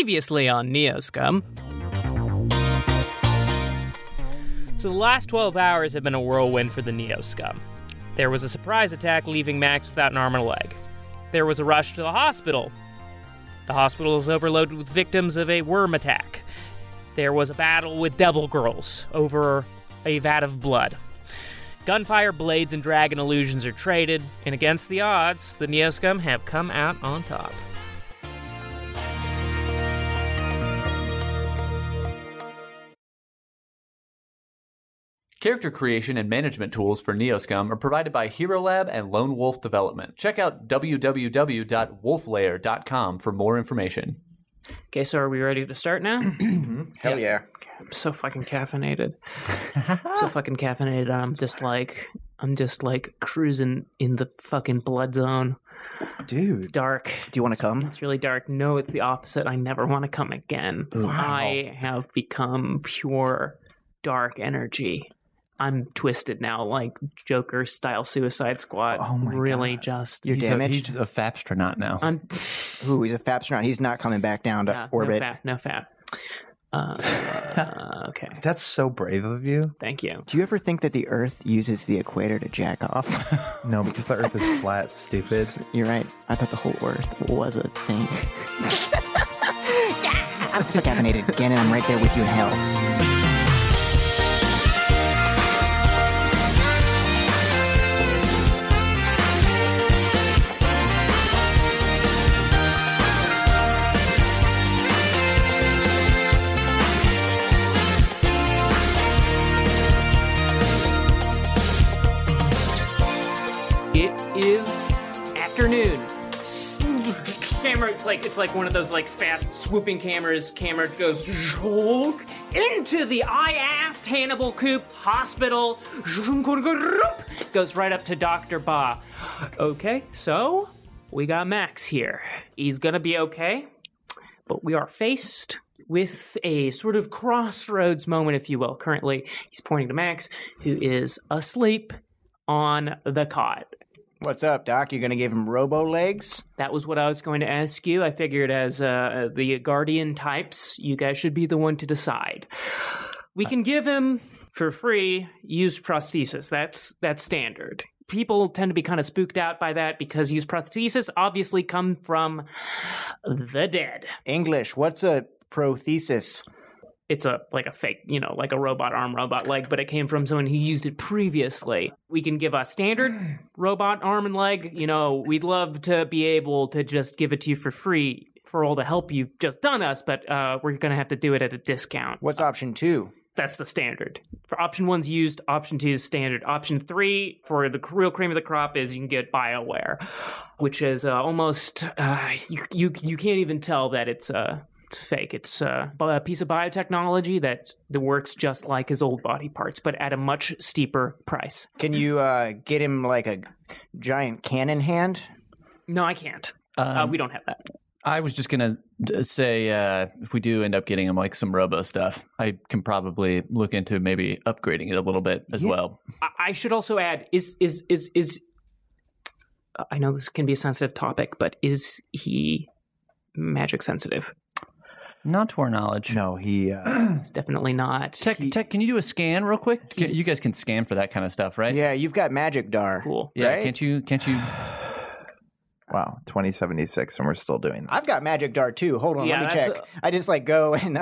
Previously on Neoscum. So the last 12 hours have been a whirlwind for the Neoscum. There was a surprise attack, leaving Max without an arm and a leg. There was a rush to the hospital. The hospital is overloaded with victims of a worm attack. There was a battle with devil girls over a vat of blood. Gunfire, blades, and dragon illusions are traded, and against the odds, the Neoscum have come out on top. Character creation and management tools for Neoscum are provided by Hero Lab and Lone Wolf Development. Check out www.wolflayer.com for more information. Okay, so are we ready to start now? Mm-hmm. Hell yeah. I'm so fucking caffeinated. I'm so fucking caffeinated. I'm just like I'm just like cruising in the fucking blood zone. Dude. Dark. Do you want to come? It's really dark. No, it's the opposite. I never want to come again. I have become pure dark energy. I'm twisted now, like Joker style Suicide Squad. Oh my really just You're He's a, damaged. he's a fapstronaut now. I'm Ooh, he's a Fapstronaut. He's not coming back down to Yeah, orbit. No fat. No fat. Uh, okay. That's so brave of you. Thank you. Do you ever think that the Earth uses the equator to jack off? No, because the Earth is flat, stupid. You're right. I thought the whole Earth was a thing. yeah! I'm so caffeinated again, and I'm right there with you in hell. It is afternoon. Camera, it's like it's like one of those like fast swooping cameras. Camera goes zhonk into the I asked Hannibal Coop Hospital. Zhonk, Goes right up to Doctor Ba. Okay, so we got Max here. He's gonna be okay, but we are faced with a sort of crossroads moment, if you will. Currently, he's pointing to Max, who is asleep on the cot. What's up, Doc? You're going to give him robo legs? That was what I was going to ask you. I figured, as uh, the guardian types, you guys should be the one to decide. We can give him for free used prosthesis. That's that's standard. People tend to be kind of spooked out by that because used prosthesis obviously come from the dead. English, what's a prothesis? It's a like a fake, you know, like a robot arm, robot leg, but it came from someone who used it previously. We can give a standard robot arm and leg. You know, we'd love to be able to just give it to you for free for all the help you've just done us, but uh, we're going to have to do it at a discount. What's option two? That's the standard. For option one's used, option two is standard. Option three for the real cream of the crop is you can get Bioware, which is uh, almost uh, you, you you can't even tell that it's uh, it's fake. It's uh, bi- a piece of biotechnology that that works just like his old body parts, but at a much steeper price. Can you uh, get him like a giant cannon hand? No, I can't. Um, uh, we don't have that. I was just gonna d- say uh, if we do end up getting him like some robo stuff, I can probably look into maybe upgrading it a little bit as well. I, I should also add is is is is uh, I know this can be a sensitive topic, but is he magic sensitive? Not to our knowledge. No, he. Uh, It's definitely not. Tech, tech, can you do a scan real quick? Can- you guys can scan for that kind of stuff, right? Yeah, you've got magic dar. Cool. Yeah, Right? can't you? Can't you? wow, 2076, and we're still doing this. I've got magic dart too. Hold on, Yeah, let me that's check. I just like go and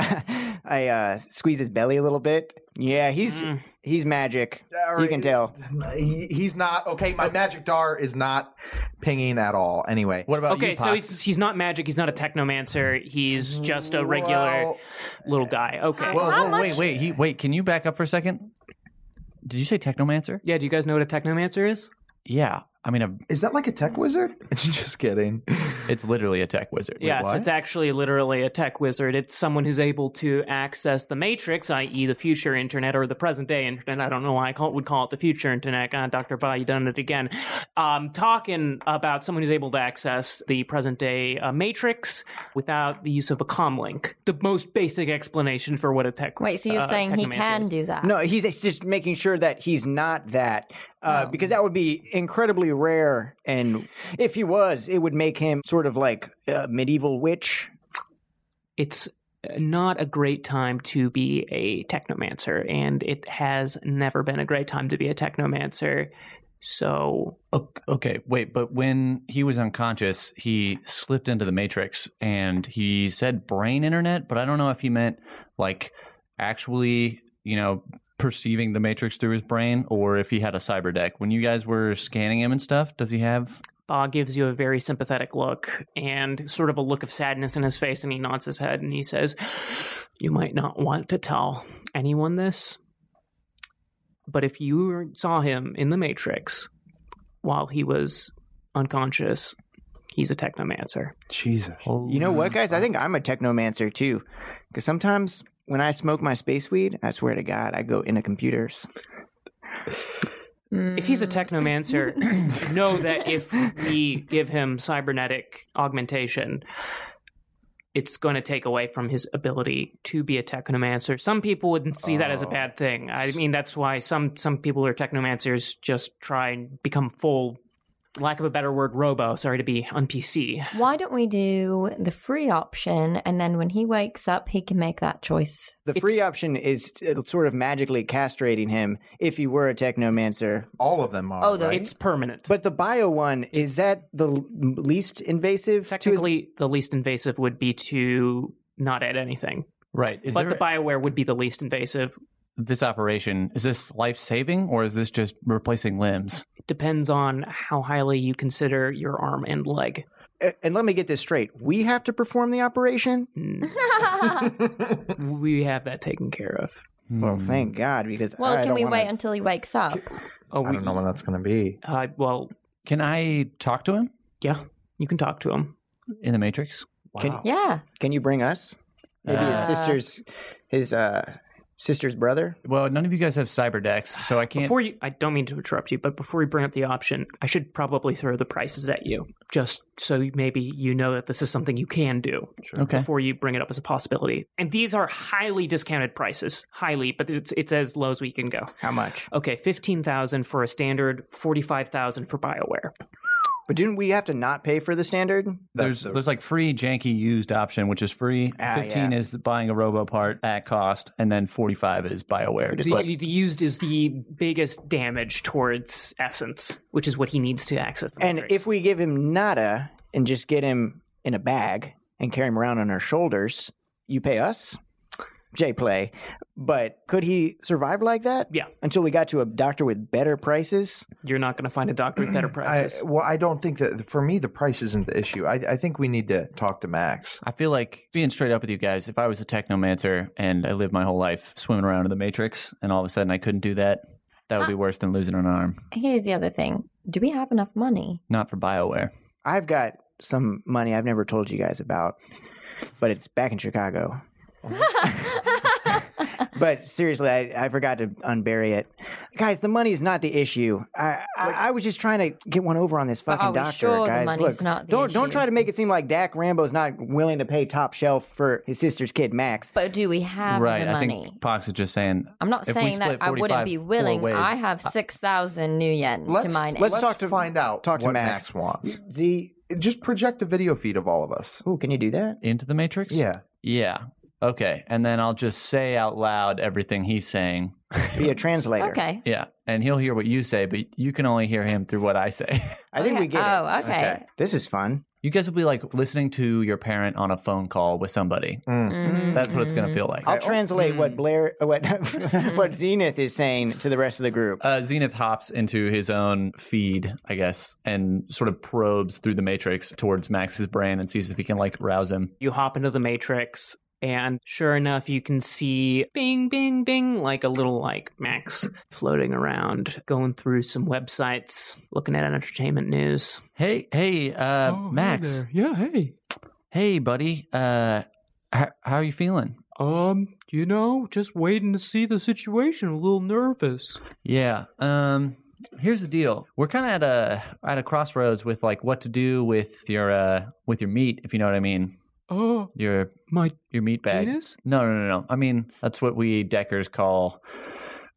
I uh, squeeze his belly a little bit. Yeah, he's Mm. he's magic. All You can right. tell. He, he's not okay. My magic dar is not pinging at all. Anyway, What about Okay, you, so Pox? he's, he's not magic. He's not a technomancer. He's just a regular Well- little guy. Okay. Whoa, whoa, Oh, wait, wait, he, wait. Can you back up for a second? Did you say technomancer? yeah, do you guys know what a technomancer is? Yeah. I mean, a, is that like a tech wizard? Just kidding. it's literally a tech wizard. yes, what? it's actually literally a tech wizard. It's someone who's able to access the matrix, i.e., the future internet or the present day internet. I don't know why I call, would call it the future internet. God, Dr. Ba, you done it again. Um, talking about someone who's able to access the present day uh, matrix without the use of a comlink. The most basic explanation for what a tech Wait, so you're uh, saying he technomancer can is. do that? No, he's it's just making sure that he's not that, Oh. uh, because that would be incredibly rare. And if he was, it would make him sort of like a medieval witch. it's uh, not a great time to be a technomancer, and it has never been a great time to be a technomancer. So O- Okay, wait, but when he was unconscious, he slipped into the matrix and he said brain internet, but I don't know if he meant like actually, you know, perceiving the matrix through his brain or if he had a cyber deck. When you guys were scanning him and stuff, does he have Ba gives you a very sympathetic look and sort of a look of sadness in his face, and he nods his head and he says, You might not want to tell anyone this, but if you saw him in the Matrix while he was unconscious, he's a technomancer. Jesus. You know Mm-hmm. what, guys? I think I'm a technomancer too. Because sometimes when I smoke my space weed, I swear to God, I go into computers. If he's a technomancer, know that if we give him cybernetic augmentation, it's going to take away from his ability to be a technomancer. Some people wouldn't see that as a bad thing. I mean, that's why some some people who are technomancers just try and become full, lack of a better word, robo. Sorry to be on PC. Why don't we do the free option and then when he wakes up, he can make that choice? The It's- free option is t- sort of magically castrating him if he were a technomancer. All of them are. Oh, the- right? It's permanent. But the bio one is that the l- least invasive? to his- Technically, the least invasive would be to not add anything, Right. Is but there the Bioware would be the least invasive. this operation is this life saving or is this just replacing limbs? depends on how highly you consider your arm and leg. A- and let me get this straight: we have to perform the operation. We have that taken care of. Well, Hmm. thank God, because well, I can don't we wanna- wait until he wakes up? Oh, I we- don't know when that's going to be. Uh, well, Can I talk to him yeah, you can talk to him. in the matrix? Can, Yeah. can you bring us? Maybe his Uh, sister's, his uh, sister's brother. Well, none of you guys have cyber decks, so I can't Before you, I don't mean to interrupt you, but before we bring up the option, I should probably throw the prices at you, just so maybe you know that this is something you can do Okay. before you bring it up as a possibility. And these are highly discounted prices, highly, but it's it's as low as we can go. How much? Okay, fifteen thousand for a standard, forty five thousand for Bioware. But didn't we have to not pay for the standard? there's the- there's like free janky used option, which is free. Ah, Fifteen yeah. is buying a robo part at cost, and then forty five is Bioware. The, the used is the biggest damage towards essence, which is what he needs to access. The And Matrix. if we give him nada and just get him in a bag and carry him around on our shoulders, you pay us. J play. But could he survive like that? Yeah. Until we got to a doctor with better prices? you're not going to find a doctor with better I, prices. well, I don't think that for me the price isn't the issue. I, I think we need to talk to Max. I feel like being straight up with you guys. If I was a technomancer and I lived my whole life swimming around in the matrix, and all of a sudden I couldn't do that, that would be worse than losing an arm. Here's the other thing. Do we have enough money? Not for Bioware. I've got some money I've never told you guys about, but it's back in Chicago. but seriously, I, I forgot to unbury it. Guys, the money's not the issue. I, I, I was just trying to get one over on this But fucking are we doctor, sure the guys. money's Look, not the don't don't issue? try to make it seem like Dak Rambo's not willing to pay top shelf for his sister's kid Max. But do we have right. the I money? think Pox is just saying. I'm not if we saying that split I wouldn't 45 be four willing. ways- uh, I have 6,000 new yen to Let's my name. let's, Let's talk talk to- to find out talk to what Max. Max. wants. See, Just project a video feed of all of us. ooh, can you do that? into the matrix. Yeah. Yeah. Okay. And then I'll just say out loud everything he's saying. Be a translator. Okay. Yeah. And he'll hear what you say, but you can only hear him through what I say. I think Okay. we get Oh, it. okay. This is fun. You guys will be like listening to your parent on a phone call with somebody. Mm. Mm-hmm. That's what it's going to feel like. I'll translate Mm. what Blair, what what Zenith is saying to the rest of the group. Uh, Zenith hops into his own feed, I guess, and sort of probes through the matrix towards Max's brain and sees if he can like rouse him. you hop into the Matrix, and sure enough, you can see Bing, Bing, Bing, like a little like Max floating around, going through some websites, looking at entertainment news. Hey, hey, uh, Oh, Max. yeah, hey. Hey, buddy. Uh, h- how are you feeling? Um, you know, just waiting to see the situation. A little nervous. Yeah. Um here's the deal. We're kind of at a at a crossroads with like what to do with your uh with your meat, if you know what I mean. Oh, Your my your meat bag. Penis? No, no, no, no. I mean, that's what we deckers call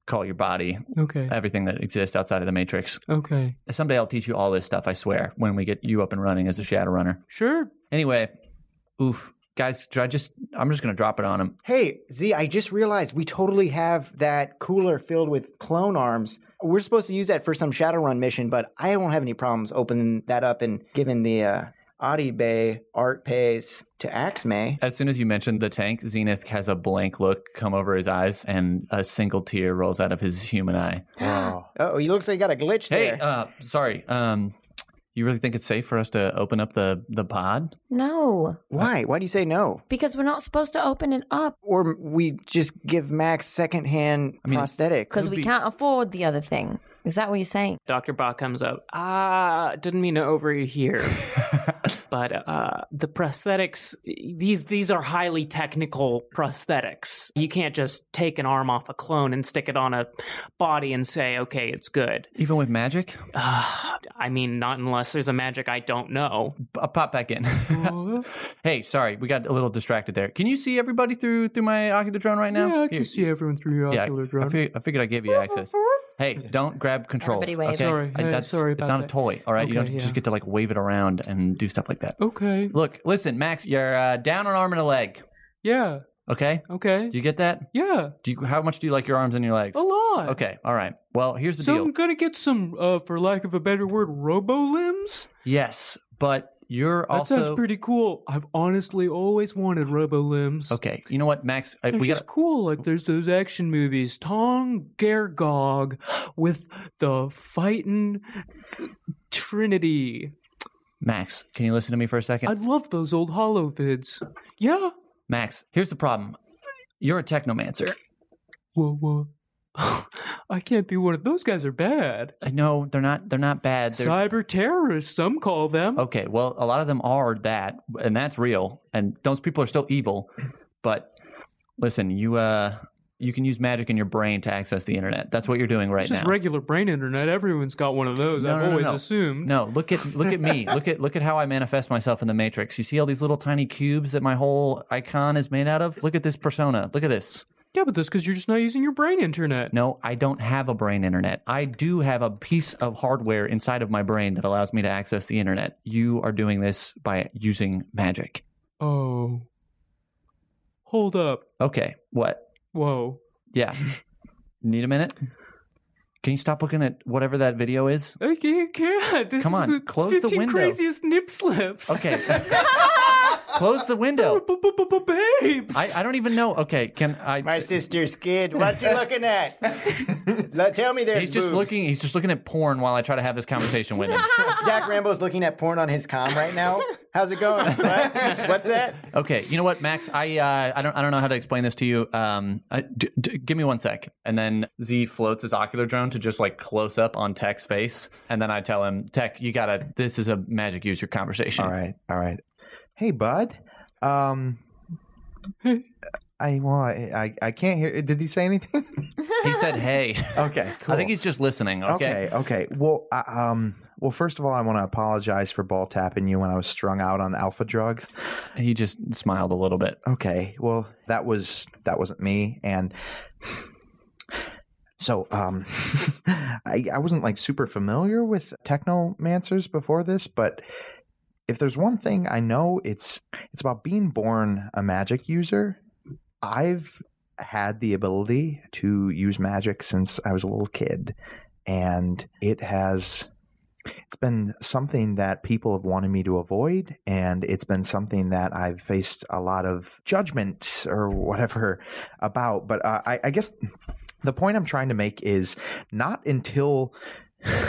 call your body, okay, everything that exists outside of the matrix. okay, Someday I'll teach you all this stuff, I swear, when we get you up and running as a shadow runner. sure. Anyway, oof. guys, should I just, I'm just going to drop it on him. Hey, Z, I just realized we totally have that cooler filled with clone arms. We're supposed to use that for some Shadowrun mission, but I don't have any problems opening that up and giving the uh, Audi Bay art pays to Axme. As soon as you mentioned the tank, Zenith has a blank look come over his eyes and a single tear rolls out of his human eye. Wow. Oh, he looks like he got a glitch Hey, there. uh, sorry. Um, you really think it's safe for us to open up the, the pod? Mm-hmm. No, Why? Why do you say no? because we're not supposed to open it up Or we just give Max secondhand mean, prosthetics? because we can't afford the other thing. Is that what you're saying? Dr. Bach comes up. Ah, didn't mean to overhear. but uh, the prosthetics, these these are highly technical prosthetics. You can't just take an arm off a clone and stick it on a body and say, okay, it's good. Even with magic? Ah, I mean, not unless there's a magic I don't know. I'll pop back in. hey, sorry, we got a little distracted there. Can you see everybody through through my ocular drone right now? Yeah, I can see everyone through your ocular drone. I, fig- I figured I'd give you access. Hey, don't grab controls. Everybody waves. Okay? Sorry, I- that's, sorry about It's not a toy, all right? you don't just get to like wave it around and do stuff like that. Okay. Look, listen, Max, you're uh, down an arm and a leg. Yeah. Okay, Okay. do you get that? Yeah. Do you? How much do you like your arms and your legs? A lot. Okay, all right. Well, here's the So deal. I'm gonna get some, uh, for lack of a better word, robo limbs. Yes, but you're That also sounds pretty cool. I've honestly always wanted robo limbs. okay. You know what, Max? I, They're we just got cool. Like there's those action movies, Tom Gergog with the fighting Trinity. Max. Can you listen to me for a second? I love those old hollow vids. Yeah. Max, here's the problem. You're a technomancer. Whoa, whoa. I can't be one of those guys. Are bad. I know Uh, they're not. They're not bad. They're, Oh, Cyber terrorists, some call them. okay, well, a lot of them are that, and that's real. And those people are still evil. But listen, you uh, you can use magic in your brain to access the internet. That's what you're doing right It's just now. regular brain internet. Everyone's got one of those. No, I've no, no, always no. assumed. no, look at look at me. Look at look at how I manifest myself in the matrix. You see all these little tiny cubes that my whole icon is made out of? Look at this persona. Look at this. Yeah, but that's because you're just not using your brain internet. No, I don't have a brain internet. I do have a piece of hardware inside of my brain that allows me to access the internet. You are doing this by using magic. Oh. Hold up. Okay, what? Whoa. Yeah. Need a minute? Can you stop looking at whatever that video is? Okay, I can't. This Come is on, the close the 15 window. craziest nip slips. Okay. Close the window. Babes. I, I don't even know. Okay, can I? My sister's kid. What's he looking at? Let- Tell me there's he's just boobs. looking. He's just looking at porn while I try to have this conversation with him. Jack Rambo's looking at porn on his com right now. How's it going? What? What's that? Okay, you know what, Max? I uh, I don't I don't know how to explain this to you. Um, I, d- d- give me one sec, and then Z floats his ocular drone to just like close up on Tech's face, and then I tell him, Tech, you gotta. This is a magic user conversation. All right. All right. Hey, bud. Um. I want. I I can't hear. Did he say anything? He said, "Hey." okay. Cool. I think he's just listening. Okay. Okay. Okay. Well, I, um, well, first of all, I want to apologize for ball tapping you when I was strung out on alpha drugs. He just smiled a little bit. Okay. Well, that was that wasn't me, and so um, I I wasn't like super familiar with technomancers before this, but if there's one thing I know, it's it's about being born a magic user. I've had the ability to use magic since I was a little kid, and it has it's been something that people have wanted me to avoid, and it's been something that I've faced a lot of judgment or whatever about. But uh, I, I guess the point I'm trying to make is not until.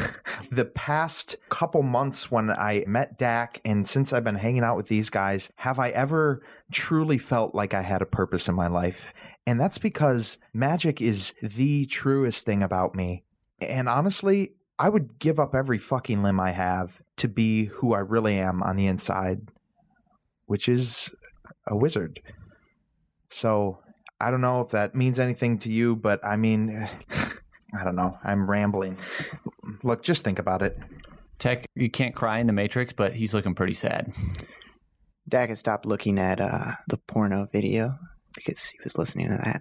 the past couple months when I met Dak and since I've been hanging out with these guys, have I ever truly felt like I had a purpose in my life? And that's because magic is the truest thing about me. And honestly, I would give up every fucking limb I have to be who I really am on the inside, which is a wizard. So I don't know if that means anything to you, but I mean, I don't know. I'm rambling. Look, just think about it. Tech, you can't cry in the Matrix, but he's looking pretty sad. Dak had stopped looking at uh, the porno video because he was listening to that.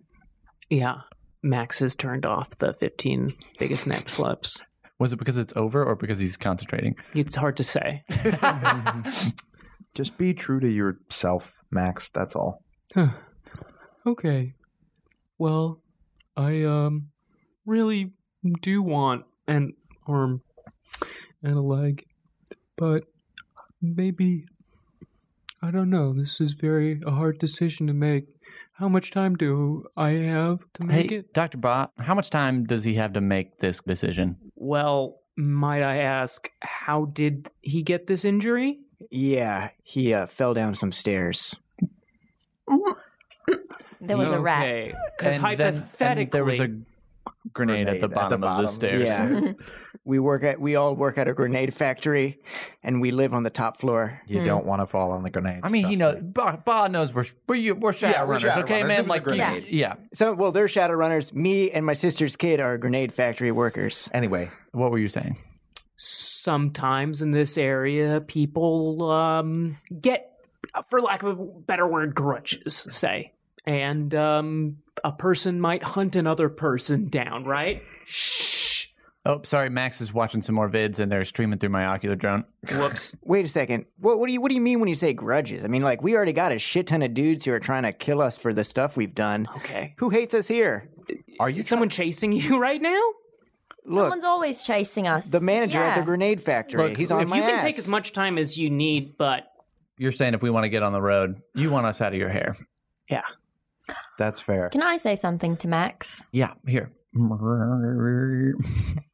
Yeah. Max has turned off the 15 biggest nip slips. Was it because it's over or because he's concentrating? It's hard to say. Just be true to yourself, Max. That's all. Okay. Well, I um really do want an arm and a leg, but maybe I don't know. This is very a hard decision to make. How much time do I have to make Hey, it? Dr. Bott, how much time does he have to make this decision? Well, might I ask, how did he get this injury? Yeah, he uh, fell down some stairs. There was a rat. Because And then- and hypothetically, there was a grenade at the Grenade at the bottom of the bottom. stairs. Yeah. we work at we all work at a grenade factory and we live on the top floor. You don't want to fall on the grenades. I mean, he knows. trust me. Ba, ba knows we're we're, we're shadow Yeah, we're runners, shadow okay, runners. man. It was a Like, yeah, grenade. yeah. So well they're shadow runners. Me and my sister's kid are grenade factory workers. Anyway, What were you saying? sometimes in this area, people um, get, for lack of a better word, grudges, say. And um, a person might hunt another person down, right? Oh, sorry. Max is watching some more vids, and they're streaming through my ocular drone. Whoops. Wait a second. What, what do you what do you mean when you say grudges? I mean like we already got a shit ton of dudes who are trying to kill us for the stuff we've done. Okay. Who hates us here? are you Is someone chasing you right now? Look, Someone's always chasing us. the manager at Yeah. the grenade factory. He's on if my you can ass. take as much time as you need, but You're saying if we want to get on the road, you want us out of your hair. That's fair. Can I say something to Max? Yeah, here.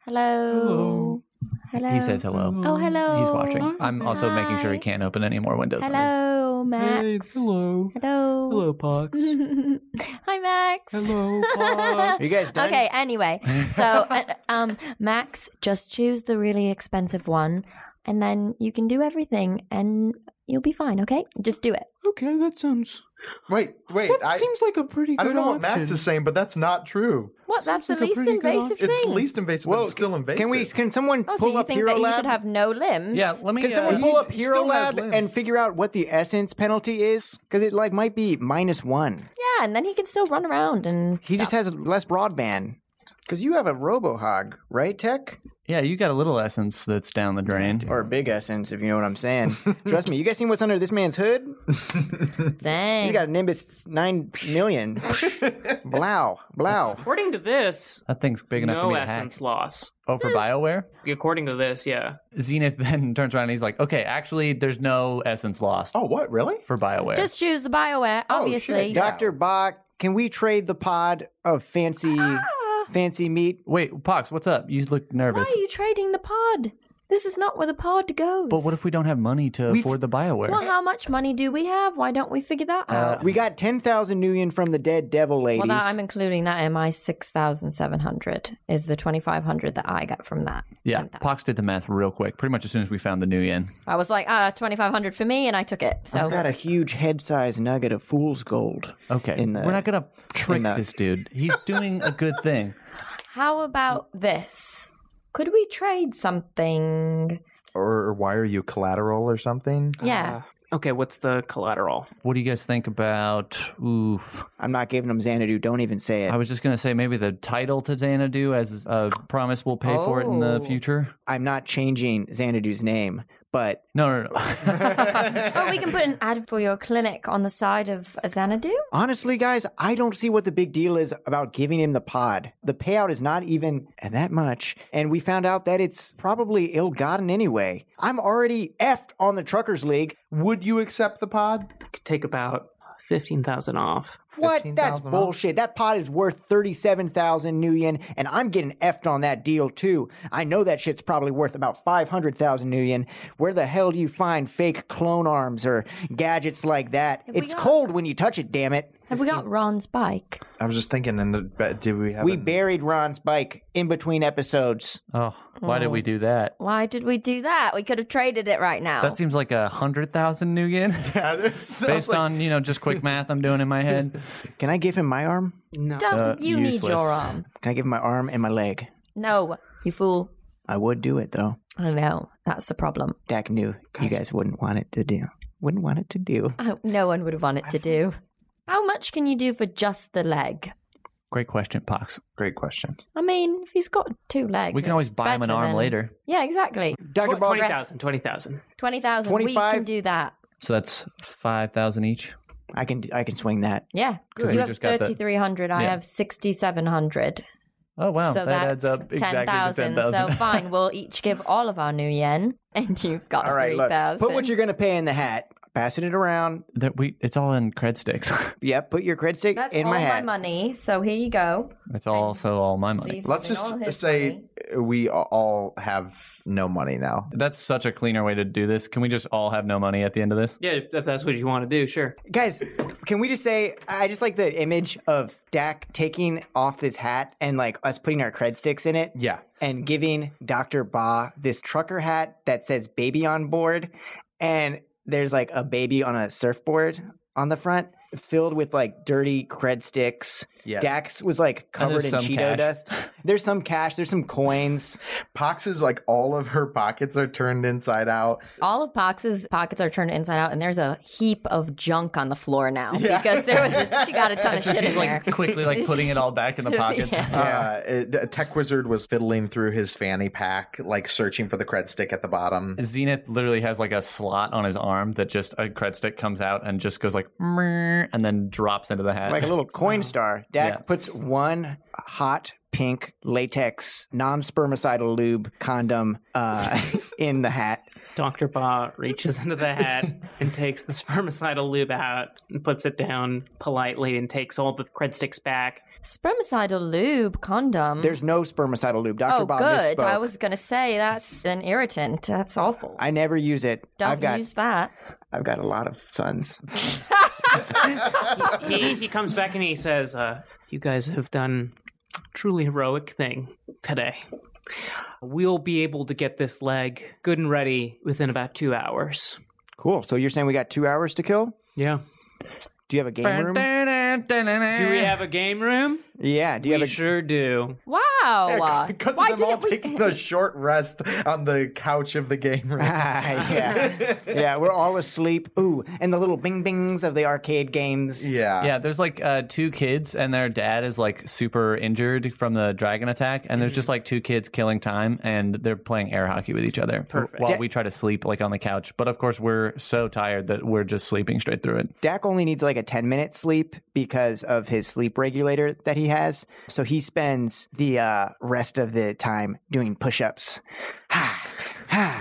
Hello. Hello. He says hello. Oh, hello. He's watching. I'm also making sure he Hi. can't open any more windows on us. Hello, Hey, Max. hello. Hello. Hello, Pox. Hi, Max. hello, Pox. Are you guys done? Okay, anyway. So, uh, um, Max, just choose the really expensive one, and then you can do everything, and you'll be fine, okay? Just do it. Okay, that sounds Wait, wait. that I, seems like a pretty good I don't know what option. Max is saying, but that's not true. What? That's the like a least pretty good invasive It's thing. least invasive, but Well, it's still invasive. Can we can someone oh, pull so you up think Hero that he Lab? should have no limbs? Yeah, let me. Can uh, someone pull up He Hero still has Lab limbs. and figure out what the essence penalty is? Because it like might be minus one. Yeah, and then he can still run around and He just has less broadband. Because you have a RoboHog, right, Tech? yeah, you got a little essence that's down the drain. Or a big essence, if you know what I'm saying. Trust me, you guys seen what's under this man's hood? dang. He's got a Nimbus nine million. blow, blow. according to this, That thing's big enough for no me to essence hack. loss. Oh, for Bioware. According to this, yeah. Zenith then turns around and he's like, "Okay, actually, there's no essence lost Oh, what? Really? for Bioware." Just choose the Bioware, obviously. shit. Doctor Bach, can we trade the pod of fancy, Ah. fancy meat? Wait, Pox, what's up? You look Why nervous. are you trading the pod? This is not where the pod goes. But what if we don't have money to We've- afford the Bioware? Well, how much money do we have? Why don't we figure that out? We got ten thousand million from the dead devil ladies. Well, that, I'm including that in my 6,700 is the 2,500 that I got from that. yeah, 10,000. Pox did the math real quick. Pretty much as soon as we found the new yen. I was like, uh, 2,500 for me, and I took it. So, I've got a huge head-sized nugget of fool's gold. Okay, In the- we're not gonna trick the- this dude. He's doing a good thing. how about this? Could we trade something? Or, or why are you collateral or something? Yeah. Ah. Uh, Okay, what's the collateral? What do you guys think about? Oof, I'm not giving him Xanadu. Don't even say it. I was just gonna say maybe the title to Xanadu as a promise we'll pay for it in the Oh. future. I'm not changing Xanadu's name, but No, no, no. oh, we can put an ad for your clinic on the side of a Xanadu? honestly, guys, I don't see what the big deal is about giving him the pod. The payout is not even that much. And we found out that it's probably ill gotten anyway. I'm already effed on the Truckers League. Would you accept the pod? Could take about 15,000 off. What? 15,000 That's off? bullshit. That pod is worth 37,000 new yen, and I'm getting effed on that deal too. I know that shit's probably worth about 500,000 new yen. Where the hell do you find fake clone arms or gadgets like that? we It's got- cold when you touch it, damn it. Have we got Ron's bike? I was just thinking, and the, but did we have? We an- buried Ron's bike in between episodes. oh, why did we do that? Why did we do that? We could have traded it right now. That seems like a hundred thousand new yen. Yeah, this sounds based like- on you know just quick math I'm doing in my head. Can I give him my arm? No. Don't, uh, you need useless. your arm. Can I give him my arm and my leg? No, you fool. I would do it though. I know. That's the problem. Dak knew you guys wouldn't want it to do. Wouldn't want it to do. I, no one would want it to do. How much can you do for just the leg? Great question, Pox. Great question. I mean, if he's got two legs, We can always it's buy him an better arm than- later. Yeah, exactly. Dr. Ball, 20,000, 20,000. Twenty thousand. We 25? can do that. So that's 5,000 each. I can I can swing that. Yeah. 'Cause You we have just got that- 3,300. I Yeah. have 6,700. Oh, wow. so that adds that's up exactly to 10,000. 10,000. so fine, we'll each give all of our new yen, and you've got All right, look, 3,000. put what you're gonna pay in the hat. Passing it around. That we, it's all in cred sticks. Yeah, put your credit stick That's in all my hat. money. So here you go. it's also all my money. See, so Let's they just all hit say money. we all have no money now. That's such a cleaner way to do this. Can we just all have no money at the end of this? Yeah, if, if that's what you want to do, sure. Guys, can we just say I just like the image of Dak taking off this hat and like us putting our cred sticks in it. Yeah. And giving Dr. Ba this trucker hat that says baby on board. And there's like a baby on a surfboard on the front filled with like dirty cred sticks. Yeah. Dax was like covered in some Cheeto cash. dust. There's some cash, there's some coins. Pox is like all of her pockets are turned inside out. All of Pox's pockets are turned inside out, and there's a heap of junk on the floor now because there was a, she got a ton of shit in there. Quickly, like putting it all back in the pockets. Yeah. Uh, it- a tech wizard was fiddling through his fanny pack, like searching for the cred stick at the bottom. Zenith literally has like a slot on his arm that just a cred stick comes out and just goes like, "Mer," and then drops into the hat. like a little coin star. Dak Yeah. puts one hot pink latex non-spermicidal lube condom uh, in the hat. Dr. Ba reaches into the hat and takes the spermicidal lube out and puts it down politely and takes all the cred sticks back. Spermicidal lube condom. There's no spermicidal lube. Dr. oh, Bob good. misspoke. I was gonna say that's an irritant. That's awful. I never use it. Don't I've got use that. I've got a lot of sons. He, he comes back and he says, uh, You guys have done a truly heroic thing today. We'll be able to get this leg good and ready within about two hours. Cool. So you're saying we got two hours to kill? Yeah. Do you have a game room? Do we have a game room? Yeah. Do you We have a sure do. Wow. Cut to Why them all didn't we- taking a short rest on the couch of the game room. Ah, yeah. yeah, we're all asleep. Ooh, and the little bing bings of the arcade games. Yeah. Yeah, there's like uh, two kids, and their dad is like super injured from the dragon attack, and there's just like two kids killing time, and they're playing air hockey with each other Perfect. while we try to sleep like on the couch. But of course, we're so tired that we're just sleeping straight through it. Dak only needs like a 10 minute sleep because of his sleep regulator that he has. So he spends the uh, rest of the time doing push ups.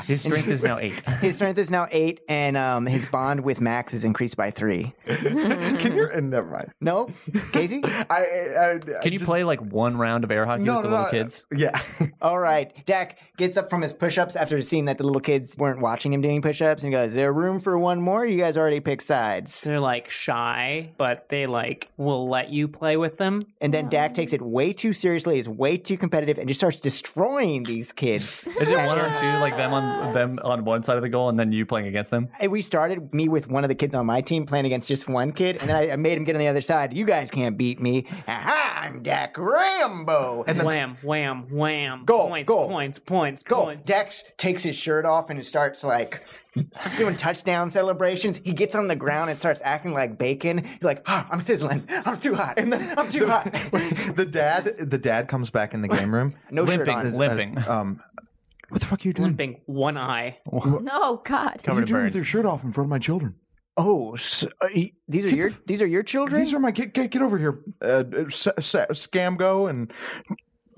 His strength is now eight. His strength is now eight, and um, his bond with Max is increased by three. Can you? uh, Never mind. No, Casey? I, I, I Can you just- play like one round of air hockey No, with the no, little no. kids? Yeah. All right. Dak gets up from his push ups after seeing that the little kids weren't watching him doing push ups and goes, Is there room for one more? You guys already picked sides. They're like shy, but they like will let you play with them. And then Dak takes it way too seriously, is way too competitive, and just starts destroying these kids. Is it one or two, like them on them on one side of the goal, and then you playing against them? And we started me with one of the kids on my team playing against just one kid, and then I, I made him get on the other side. You guys can't beat me. Aha, I'm Dak Rambo. And wham, wham, wham. Goal, points, goal. points, points, go. points. Dak takes his shirt off and starts like doing touchdown celebrations. He gets on the ground and starts acting like bacon. He's like, ah, I'm sizzling. I'm too hot. I'm too hot. the dad, the dad comes back in the game room. No shirt Limping, on. limping, Um, what the fuck are you doing? Limping one eye. No, God. What are covered you in doing with burns. your shirt off in front of my children? Oh, so, uh, y- these are your these are your children. These are my get get, get over here, uh, S- S- Scamgo and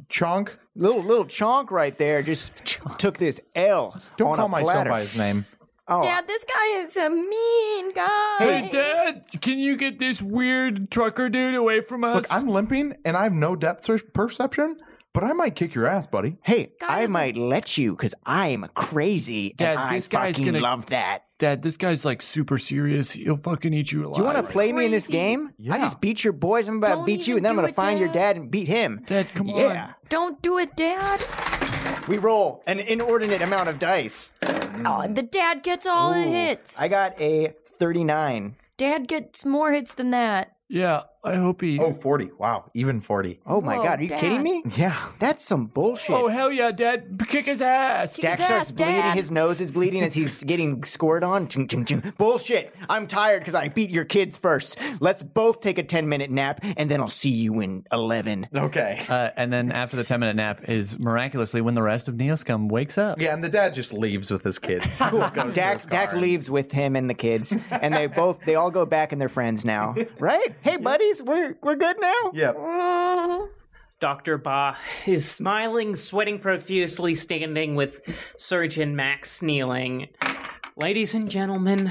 Chonk. little little chonk right there. Just took this L. Don't on call a myself platter. by his name. Dad, this guy is a mean guy. Dad, can you get this weird trucker dude away from us? Look, I'm limping and I have no depth cer- perception, but I might kick your ass, buddy. Hey, guy I is a- might let you because I'm crazy and Dad, this I guy's fucking gonna- love that. Dad, this guy's like super serious. He'll fucking eat you alive. Do you want to play me in this Crazy. game? I Yeah. just beat your boys. I'm about to Don't beat you, even and then I'm do going to it, find your Dad. dad and beat him. Dad, come yeah, Don't do it, Dad. we roll an inordinate amount of dice. Oh, the dad gets all the hits. I got a 39. Dad gets more hits than that. Yeah, I hope he. Oh, 40. Wow. Even 40. Oh my Whoa, god, are you kidding Dad. me? Yeah. That's some bullshit. Oh, hell yeah, Dad! Kick his ass. Kick Dax his starts ass, bleeding. Dad. His nose is bleeding as he's getting scored on. Chung, chung, chung. Bullshit. I'm tired because I beat your kids first. Let's both take a 10 minute nap and then I'll see you in 11. Okay. Uh, and then after the ten minute nap is miraculously when the rest of Neoscum wakes up. Yeah, and the dad just leaves with his kids. He just goes to Dak, his Dak car. leaves with him and the kids, and they both they all go back and they're friends now, right? Hey buddies, we're we're good now. Yeah. Dr. Ba is smiling, sweating profusely, standing with Surgeon Max kneeling. Ladies and gentlemen,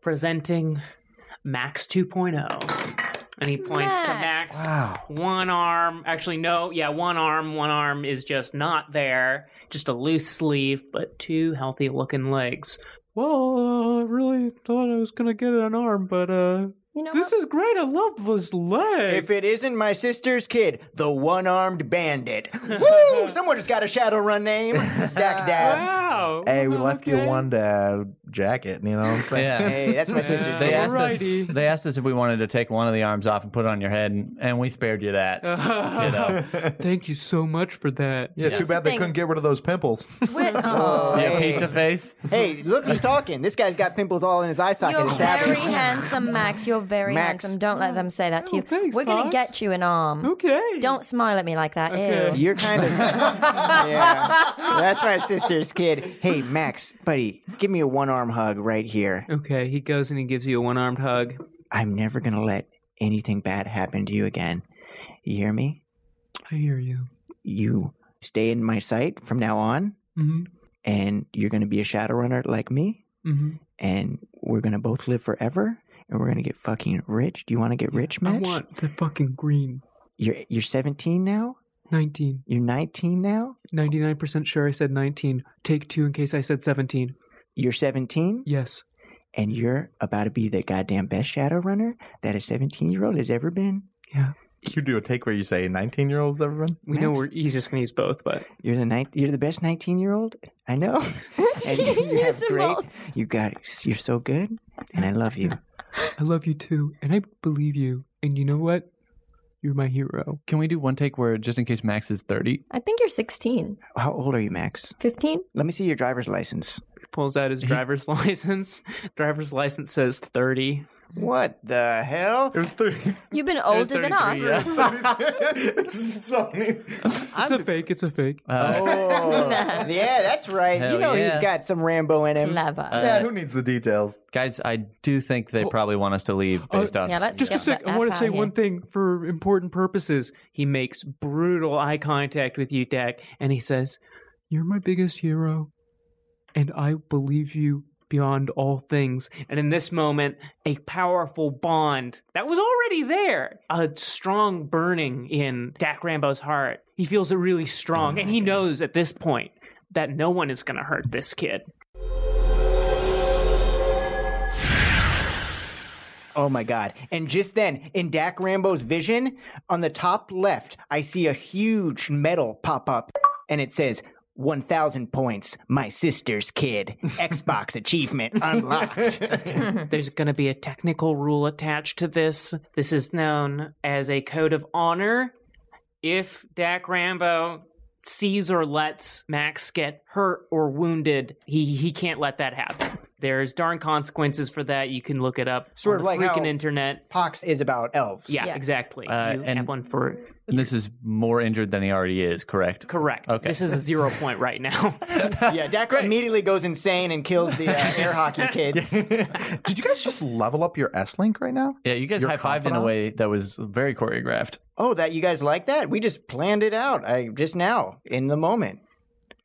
presenting Max 2.0. And he points to Max. Max. One arm, actually, no, yeah, one arm. One arm is just not there, just a loose sleeve, but two healthy looking legs. Well, uh, I really thought I was gonna get an arm, but uh, You know this is great. I love this leg. If it isn't my sister's kid, the one-armed bandit. Woo! Someone just got a Shadowrun name. Dak dabs. wow. Hey, we left you Okay. one uh, jacket, you know what I'm saying? Yeah. Hey, that's my sister's They kid. asked us. Alrighty. They asked us if we wanted to take one of the arms off and put it on your head, and, and we spared you that. kiddo. Thank you so much for that. Yeah, too bad they thing. couldn't get rid of those pimples. Wait, oh, Yeah, pizza face. Hey, look who's talking. This guy's got pimples all in his eye socket. you're It's very happening. handsome, Max. You're very Max. handsome. Don't let them say that to you. thanks, We're gonna Max. get you an arm. Okay. Don't smile at me like that. Okay. Ew. You're kind of. yeah. That's my sister's kid. Hey, Max, buddy, give me a one arm hug right here. Okay, he goes and he gives you a one armed hug. I'm never going to let anything bad happen to you again. You hear me? I hear you. You stay in my sight from now on, Mm-hmm. and you're going to be a shadow runner like me, Mm-hmm. and we're going to both live forever. And we're gonna get fucking rich. Do you want to get rich, I Max? want the fucking green. You're you're 17 now. 19. You're 19 now. 99% sure I said 19. Take two in case I said 17. You're 17. Yes. and you're about to be the goddamn best shadow runner that a 17 year old has ever been, Yeah. You do a take where you say 19 year olds, everyone? We know Max? we're, he's just going to use both, but you're the ni- you're the best 19 year old I know, and you, you have Yes, I'm great. old. You got you're so good, and I love you. I love you too, and I believe you. And you know what? You're my hero. Can we do one take where just in case Max is thirty? I think you're 16, How old are you, Max? 15. Let me see your driver's license. he pulls out his driver's license. Driver's license says 30. What the hell? It was 30. You've been older than us. it's so neat. It's a fake. It's a fake. Uh, Oh, Uh, yeah, that's right. you Hell know he's yeah. got some Rambo in him. Clever. yeah, who needs the details? Guys, I do think they probably want us to leave based off. yeah, let's Just a get sec. the I want F to out say of one here. thing for important purposes. He makes brutal eye contact with you, Dak, and he says, You're my biggest hero, and I believe you beyond all things. And in this moment, a powerful bond that was already there, a strong burning in Dak Rambo's heart. He feels it really strong, and he knows at this point that no one is going to hurt this kid. Oh my god. And just then, in Dak Rambo's vision, on the top left, I see a huge medal pop up and it says 1000 points, my sister's kid, Xbox achievement unlocked. There's going to be a technical rule attached to this. This is known as a code of honor. If Dak Rambo sees or lets Max get hurt or wounded, he, he can't let that happen. There's darn consequences for that. You can look it up Sort on of the like freaking how- internet. Pox is about elves. Yeah, Yeah. exactly. Uh, you and- have one for And this is more injured than he already is, correct? correct. Okay. This is a zero point right now. Yeah, Dak immediately goes insane and kills the uh, air hockey kids. Did you guys just level up your S Link right now? Yeah, you guys You're high fived in a confidant? way that was very choreographed. Oh, that you guys like that? We just planned it out. I just now in the moment.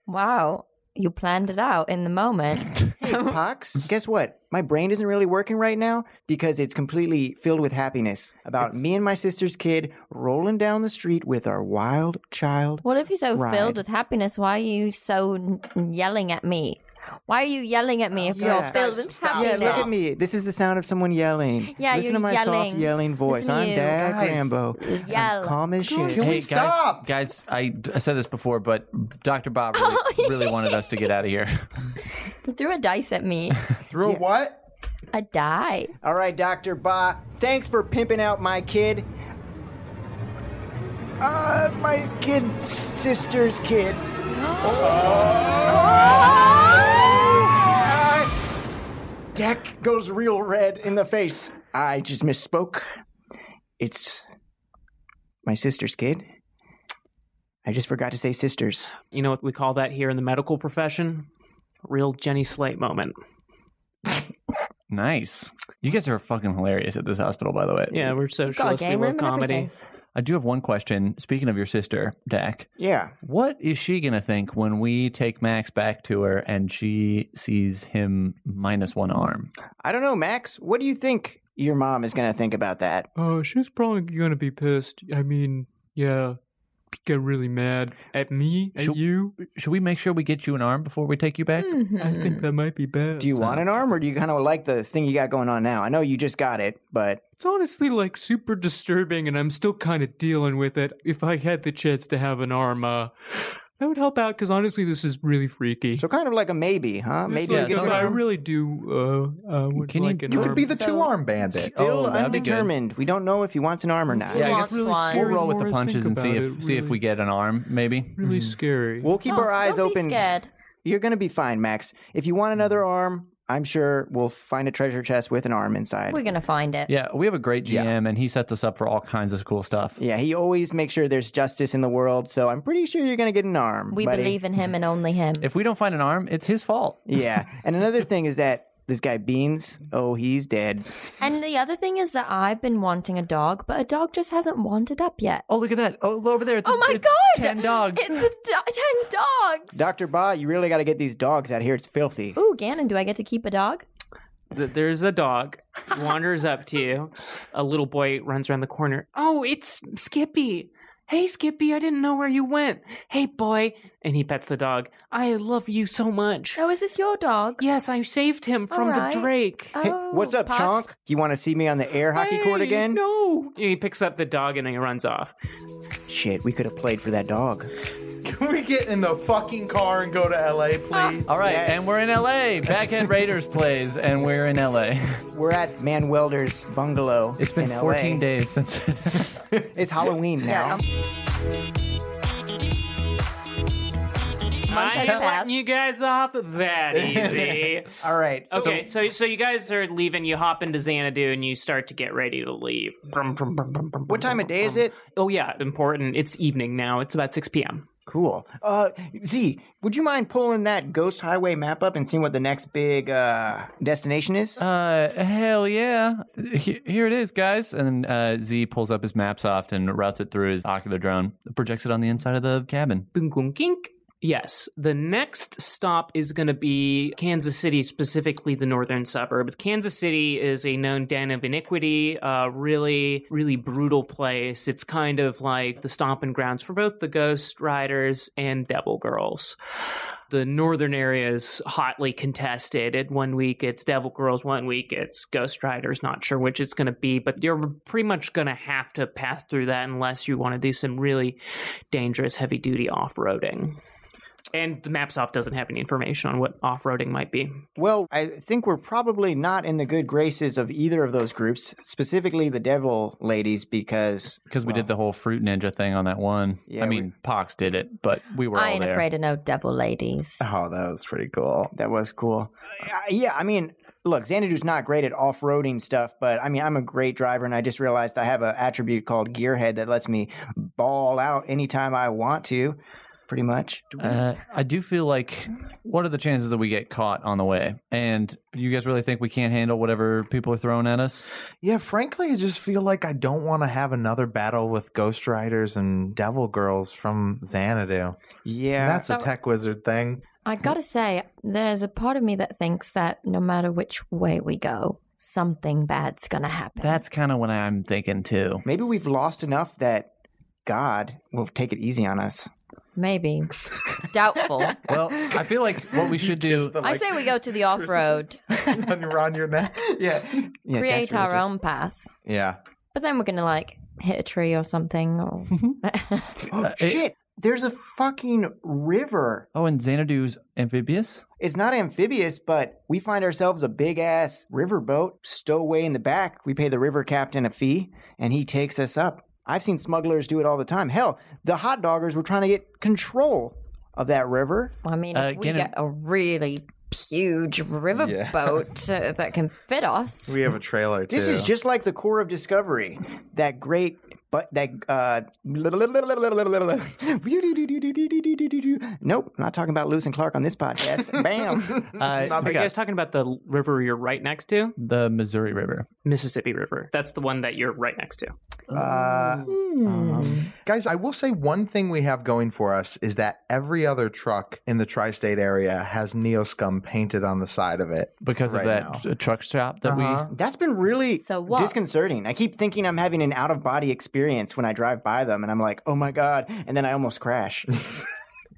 Wow. You planned it out in the moment. Hey, Pox, guess what? My brain isn't really working right now because it's completely filled with happiness about me and my sister's kid rolling down the street with our wild child. Well, if you're so Right. filled with happiness, why are you so n- yelling at me? Why are you yelling at me if you're Yeah. filled with Yeah, happiness? look at me. This is the sound of someone yelling. Yeah, Listen you're to my soft yelling. yelling voice. Listen to I'm you. Dag Guys. Rambo. Yell. I'm calm as shit. Hey, guys, stop? guys! I, I said this before, but Dr. Bob really, really wanted us to get out of here. He threw a dice at me. Through a what? A die. All right, Dr. Ba, thanks for pimping out my kid. Uh, my kid's sister's kid. Deck goes real red in the face. I just misspoke. It's my sister's kid. I just forgot to say sisters. You know what we call that here in the medical profession? Real Jenny Slate moment. Nice. You guys are fucking hilarious at this hospital, by the way. Yeah, we're Got a socialists. We game love room and comedy. everything. I do have one question. Speaking of your sister, Dak, Yeah. what is she going to think when we take Max back to her and she sees him minus one arm? I don't know, Max. What do you think your mom is going to think about that? Uh, she's probably gonna be pissed. I mean, yeah, get really mad at me, at She'll- you. Should we make sure we get you an arm before we take you back? I think that might be bad. Do you want an arm or do you kind of like the thing you got going on now? I know you just got it, but It's honestly like super disturbing, and I'm still kind of dealing with it. If I had the chance to have an arm, uh, that would help out. Because honestly, this is really freaky. so kind of like a maybe, huh? It's Maybe like, you uh, get an I arm. really do. Uh, uh, would Can you- like an You arm. could be the two arm bandit. still Oh, that'd be good. undetermined. We don't know if he wants an arm or not. Yeah, I It's guess really we'll scary We'll roll with more the I punches think and see if about it, see if really- we get an arm, maybe. Hmm. really scary. We'll keep Oh, our eyes don't open. Be scared. You're gonna be fine, Max. If you want another arm, I'm sure we'll find a treasure chest with an arm inside. We're gonna find it. Yeah, we have a great GM, and he sets us up for all kinds of cool stuff. yeah, he always makes sure there's justice in the world, so I'm pretty sure you're gonna get an arm. We buddy. believe in him and only him. If we don't find an arm, it's his fault. Yeah. And another thing is that this guy Beans, oh, he's dead. And the other thing is that I've been wanting a dog, but a dog just hasn't wandered up yet. Oh, look at that! Oh, over there! It's, Oh my it's god! Ten dogs. It's a do- ten dogs. Doctor Ba, you really got to get these dogs out here. It's filthy. Ooh, Gannon, do I get to keep a dog? Th- There's a dog wanders up to you. A little boy runs around the corner. Oh, it's Skippy. Hey, Skippy, I didn't know where you went. Hey, boy. And he pets the dog. I love you so much. Oh, is this your dog? Yes, I saved him from right. the Drake. Oh, Hey, what's up, Pops? Chonk? You want to see me on the air hockey court Hey, again? No. He picks up the dog and he runs off. Shit, we could have played for that dog. Can we get in the fucking car and go to LA, please? All right, Yes. and we're in LA. Back at Raiders plays, and we're in LA. We're at Man Welder's bungalow. It's been in 14 LA. days since. It's Halloween now. Yeah, I has ain't passed. letting you guys off that easy. All right. so- Okay, so so you guys are leaving. You hop into Xanadu and you start to get ready to leave. Brum, brum, brum, brum, brum, what time of day is it? Oh yeah, important. It's evening now. It's about six p.m. Cool. Uh, Z, would you mind pulling that Ghost Highway map up and seeing what the next big uh, destination is? uh, hell yeah! He- Here it is, guys. And uh, Z pulls up his maps off and routes it through his ocular drone, projects it on the inside of the cabin. Boom, boom, kink. Yes, the next stop is going to be Kansas City, specifically the northern suburbs. Kansas City is a known den of iniquity, a really, really brutal place. It's kind of like the stomping grounds for both the Ghost Riders and Devil Girls. The northern area is hotly contested. At one week it's Devil Girls, one week it's Ghost Riders. Not sure which it's going to be, but you're pretty much going to have to pass through that unless you want to do some really dangerous heavy duty off roading. And the maps off doesn't have any information on what off roading might be. Well, I think we're probably not in the good graces of either of those groups, specifically the Devil Ladies, because Because we did the whole fruit ninja thing on that one. Yeah, I we- mean, Pox did it, but we were I all ain't there. afraid of no devil ladies. Ah. Oh, that was pretty cool. That was cool. Uh, yeah, I mean, look, Xanadu's not great at off roading stuff, but I mean, I'm a great driver, and I just realized I have an attribute called Gearhead that lets me ball out anytime I want to, pretty much. Uh, I do feel like what are the chances that we get caught on the way? And you guys really think we can't handle whatever people are throwing at us? Yeah, frankly, I just feel like I don't want to have another battle with Ghost Riders and Devil Girls from Xanadu. Yeah. That's a So- tech wizard thing. I gotta say, there's a part of me that thinks that no matter which way we go, something bad's gonna happen. That's kind of what I'm thinking too. Maybe we've lost enough that God will take it easy on us. maybe doubtful. Well, I feel like what we should do. The, I say we go to the off road, on your, on your neck. Yeah. yeah create Dexter our will just- own path, Yeah. but then we're gonna like hit a tree or something. Or... Oh, shit. There's a fucking river. Oh, and Xanadu's amphibious? It's not amphibious, but we find ourselves a big ass riverboat stowaway in the back. We pay the river captain a fee, and he takes us up. I've seen smugglers do it all the time. Hell, the hot doggers were trying to get control of that river. I mean, if Uh, we Gannon- get a really huge riverboat boat uh, that can fit us. We have a trailer too. This is just like the core of Discovery, that great, but that uh, nope, not talking about Lewis and Clark on this podcast. Bam. Uh, Are you guys talking about the river you're right next to? the Missouri River. Mississippi River. That's the one that you're right next to. Uh, Guys, I will say one thing we have going for us is that every other truck in the tri state area has Neoscum painted on the side of it. Because Right of that uh, truck shop that Uh-huh. that's been really So what? disconcerting. I keep thinking I'm having an out of body experience when I drive by them, and I'm like, oh my god, and then I almost crash.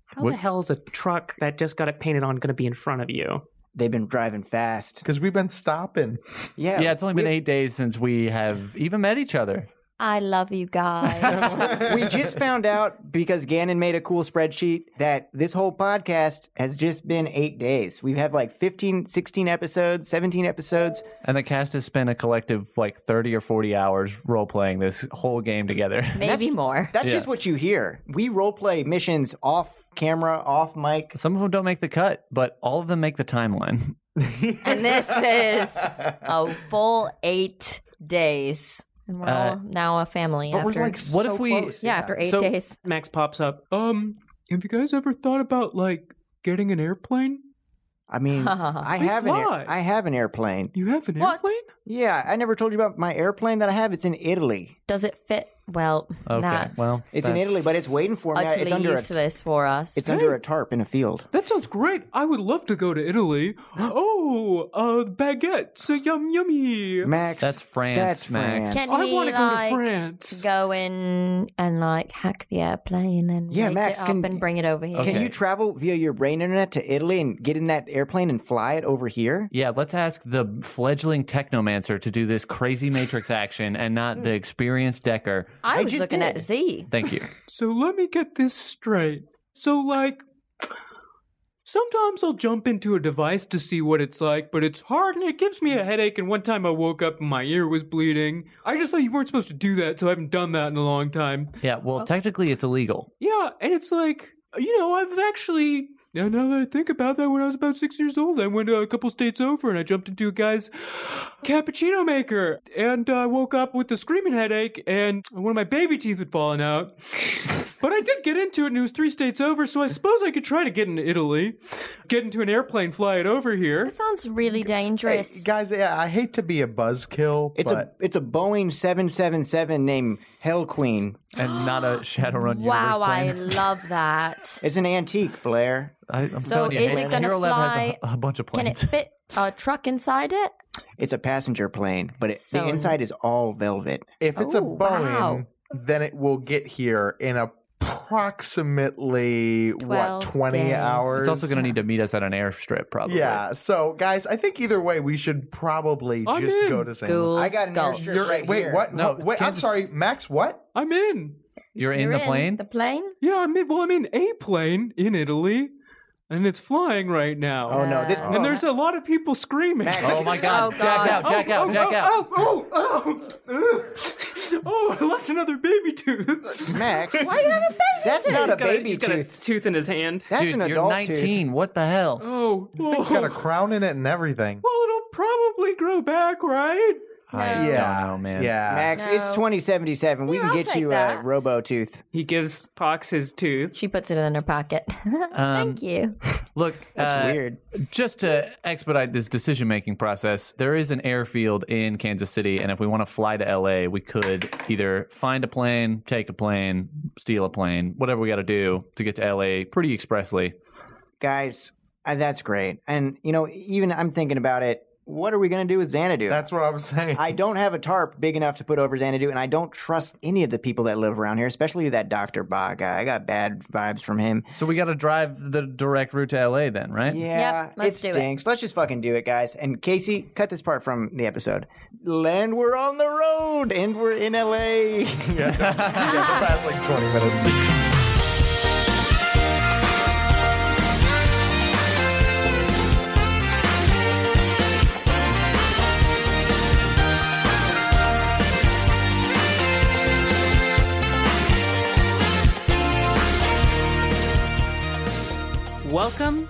How the hell is a truck that just got it painted on going to be in front of you? They've been driving fast. Because we've been stopping. Yeah, we. Yeah, it's only been eight days since we have even met each other. I love you guys. we just found out because Gannon made a cool spreadsheet that this whole podcast has just been eight days. We have like 15, 16 episodes, 17 episodes. And the cast has spent a collective like 30 or 40 hours role playing this whole game together. Maybe more. That's just what you hear. We role play missions off camera, off mic. Some of them don't make the cut, but all of them make the timeline. and this is a full eight days. And we're all now a family But after. we're like What so if we- close. yeah, after eight So- days. Max pops up. Um, have you guys ever thought about like getting an airplane? I mean, I We have an air- fly. I have an airplane. You have an What? airplane? Yeah, I never told you about my airplane that I have. It's in Italy. Does it fit? Well, Okay. that's Well, It's in that's- Italy, but it's waiting for me. utterly It's under a useless for us. it's under a tarp in a field. That sounds great. I would love to go to Italy. Oh, uh, baguette. So yum yummy. Max, That's France, That's Max. France. Can I he want to go like, to France. go in and like hack the airplane and Yeah, lift Max, it up can- and bring it over here? Can Okay. you travel via your brain internet to Italy and get in that airplane and fly it over here? Yeah, let's ask the fledgling technomancer to do this crazy matrix action and not the experienced Decker. I I was just looking did. at Z. Thank you. So let me get this straight. So, like, sometimes I'll jump into a device to see what it's like, but it's hard and it gives me a headache. And one time I woke up and my ear was bleeding. I just thought you weren't supposed to do that, so I haven't done that in a long time. Yeah, well, technically it's illegal. Yeah, and it's like, you know, I've actually. Now, now that I think about that, when I was about six years old, I went uh, a couple states over and I jumped into a guy's cappuccino maker. And I woke up with a screaming headache and one of my baby teeth had fallen out. but I did get into it and it was three states over, so I suppose I could try to get into Italy, get into an airplane, fly it over here. That sounds really Hey, dangerous. guys, yeah, I hate to be a buzzkill, It's but a it's a Boeing seven seven seven named Hell Queen. And not a Shadowrun wow, I Universe plan. love that. It's an antique, Blair. I, am So telling you, is it gonna Hero Lab has fly- a, a bunch of Can planes. it fit a truck inside it? It's a passenger plane, but it, So- the inside is all velvet. if it's a Ooh, Boeing, Oh, wow. then it will get here in approximately Twelve what 20 days. hours. It's also going to need to meet us at an airstrip, probably. Yeah, so guys, I think either way we should probably I'm just in. go to San Ghouls, I got an gulls. airstrip You're right wait, here. what? No, No, wait, Kansas- I'm sorry, Max. What? I'm in. You're in You're the plane? The plane? Yeah, I'm in. Well, I'm in a plane in Italy and it's flying right now. Oh no, this. and there's a lot of people screaming. Oh my God. Oh, Jack God. out, jack out, jack out. oh, oh, oh, I lost another baby tooth. Max, Why you have a baby? that's not a He's got baby he's got a tooth. tooth in his hand. That's Dude, an adult you're 19. tooth. What the hell? Oh, oh. It's got a oh. crown in it and everything. well, it'll probably grow back, right? Uh, I don't know, Oh, man. Yeah. Max, it's No. 2077. We Here, can I'll get take you a that. robo tooth. He gives Pox his tooth. She puts it in her pocket. Um, Thank you. Look, That's uh, weird. just to expedite this decision making process, there is an airfield in Kansas City, and if we want to fly to LA, we could either find a plane, take a plane, steal a plane, whatever we got to do to get to LA pretty expressly. Guys, uh, that's great. And, you know, even I'm thinking about it. What are we going to do with Xanadu? That's what I was saying. I don't have a tarp big enough to put over Xanadu, and I don't trust any of the people that live around here, especially that Dr. Ba guy. I got bad vibes from him. So we got to drive the direct route to LA then, right? Yeah, let's do it it. stinks. Let's just fucking do it, guys. And Casey, cut this part from the episode. Land, we're on the road, and we're in LA. yeah, the past like 20 minutes. Welcome.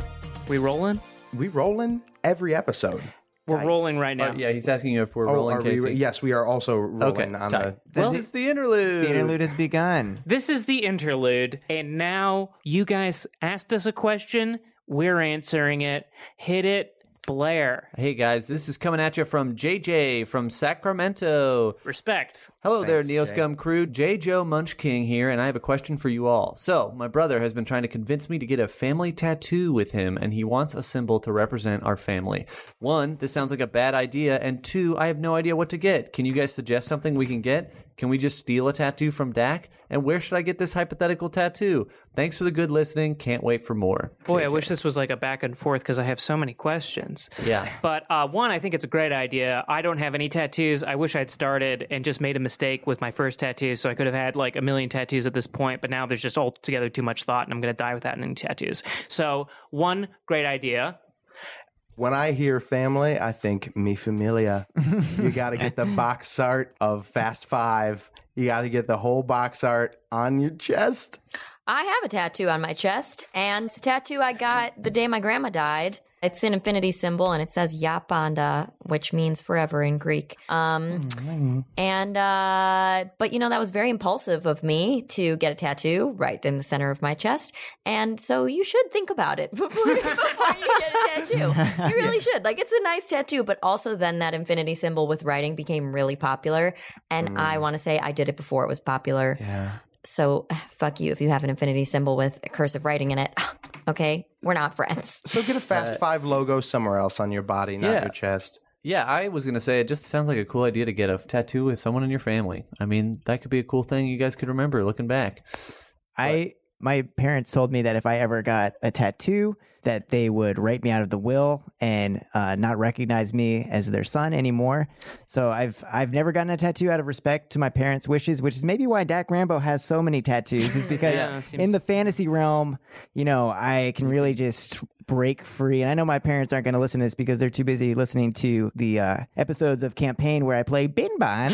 We rolling? We rolling every episode. We're Nice. rolling right now. Uh, yeah, he's asking you if we're rolling. Oh, are we? Casey. Yes, we are also Okay. rolling on tight. the. this is the interlude. The interlude has begun. This is the interlude, and now you guys asked us a question. We're answering it. Hit it, Blair. Hey guys, this is coming at you from JJ from Sacramento. Respect. Hello there, Neoscum crew. J. Joe Munch King here, and I have a question for you all. So, my brother has been trying to convince me to get a family tattoo with him, and he wants a symbol to represent our family. One, this sounds like a bad idea, and two, I have no idea what to get. Can you guys suggest something we can get? Can we just steal a tattoo from Dak? And where should I get this hypothetical tattoo? Thanks for the good listening. Can't wait for more. Boy, I wish this was like a back and forth because I have so many questions. Yeah. But uh, one, I think it's a great idea. I don't have any tattoos. I wish I'd started and just made a mistake with my first tattoo. So I could have had like a million tattoos at this point, but now there's just altogether too much thought and I'm going to die without any tattoos. So, one, great idea. When I hear family, I think mi familia. you got to get the box art of Fast Five. You got to get the whole box art on your chest. I have a tattoo on my chest, and it's a tattoo I got the day my grandma died. It's an infinity symbol, and it says Yapanda, which means forever in Greek. Um, and uh, but you know that was very impulsive of me to get a tattoo right in the center of my chest, and so you should think about it before, before you get a tattoo. You really should. Like it's a nice tattoo, but also then that infinity symbol with writing became really popular, and I want to say I did it before it was popular. Yeah. So fuck you if you have an infinity symbol with a cursive writing in it. okay, we're not friends. So get a Fast Five logo somewhere else on your body, not Yeah. your chest. Yeah, I was gonna say it just sounds like a cool idea to get a tattoo with someone in your family. I mean, that could be a cool thing you guys could remember looking back. I my parents told me that if I ever got a tattoo, that they would write me out of the will and uh, not recognize me as their son anymore. So I've I've never gotten a tattoo out of respect to my parents' wishes, which is maybe why Dak Rambo has so many tattoos. Is because Yeah, it seems- in the fantasy realm, you know, I can really just break free. And I know my parents aren't going to listen to this because they're too busy listening to the uh, episodes of campaign where I play Bin Bon.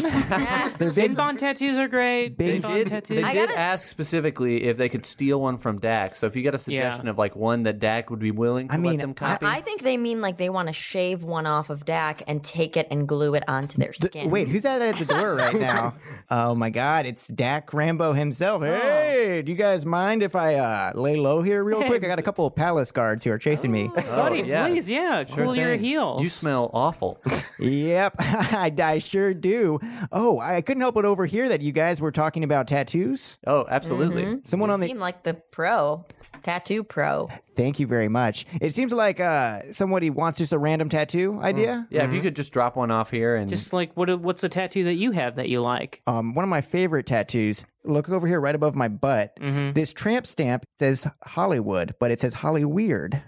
they're Bin Bond tattoos are great. They Big Bond Did, tattoos. they I did gotta- ask specifically if they could steal one from Dak. So if you got a suggestion of like one that Dak would be willing to I mean, let them I- copy, I think they mean like they want to shave one off of Dak and take it and glue it onto their skin. Wait, who's that at the door right now? oh my God, it's Dak Rambo himself. Hey, do you guys mind if I uh, lay low here real quick? I got a couple of palace guards who are chasing me. Buddy, Oh, yeah. please, yeah, Sure cool your thing. heels. You smell awful. yep, I, I sure do. Oh, I couldn't help but overhear that you guys were talking about tattoos. Oh, absolutely. Someone You on the seem like the pro tattoo pro. Uh, thank you very much. It seems like uh, somebody wants just a random tattoo idea. Yeah, if you could just drop one off here and Just like what? What's a tattoo that you have that you like? um, one of my favorite tattoos. Look over here, right above my butt. This tramp stamp says Hollywood, but it says Holly Weird.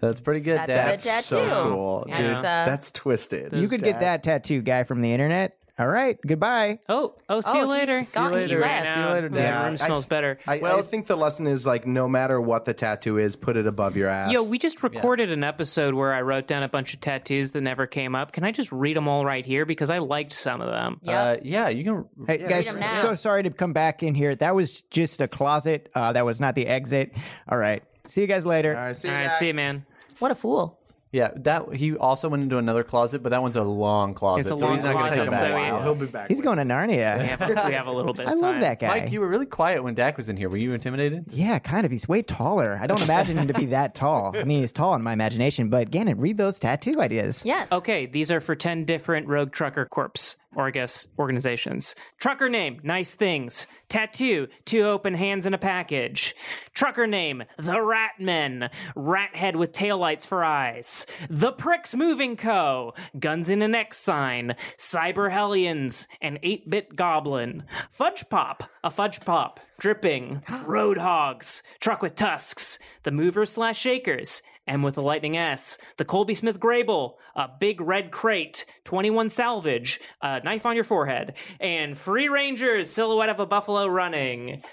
that's pretty good, That's Dak. a good tattoo. So cool. That's, Dude, uh, that's twisted. You could get that tattoo guy from the internet. All right, goodbye. Oh, oh, see Oh, you he's later. gone, he See you later. left. See you later, The Dad. Yeah, room I- smells better. I, well, I think the lesson is like no matter what the tattoo is, put it above your ass. yo, we just recorded an episode where I wrote down a bunch of tattoos that never came up. Can I just read them all right here because I liked some of them? Yep. Uh, yeah, you can. Hey, Freedom guys, now. so sorry to come back in here. That was just a closet. Uh, that was not the exit. All right. See you guys later. All right, see all you right, guys. see you, man. what a fool. Yeah, that he also went into another closet, but that one's a long closet. It's a so long he's not gonna closet, come back. so Wow, he'll be back. He's going to Narnia. We have, we have a little bit. Of I love time. that guy. Mike, you were really quiet when Dak was in here. Were you intimidated? yeah, kind of. He's way taller. I don't imagine him to be that tall. I mean, he's tall in my imagination, but Gannon, read those tattoo ideas. Yes. Okay, these are for 10 different rogue trucker corps, or I guess organizations. Trucker name, nice things. Tattoo, two open hands in a package. Trucker name, the Ratmen. Rat head with taillights for eyes. The Pricks Moving Co. Guns in an X sign. Cyber Hellions, an 8 bit goblin. Fudge Pop, a fudge pop. Dripping. Road Hogs, truck with tusks. The Movers slash Shakers. And with a lightning S, the Colby Smith Grable, a big red crate, 21 salvage, a knife on your forehead, and Free Rangers, silhouette of a buffalo running.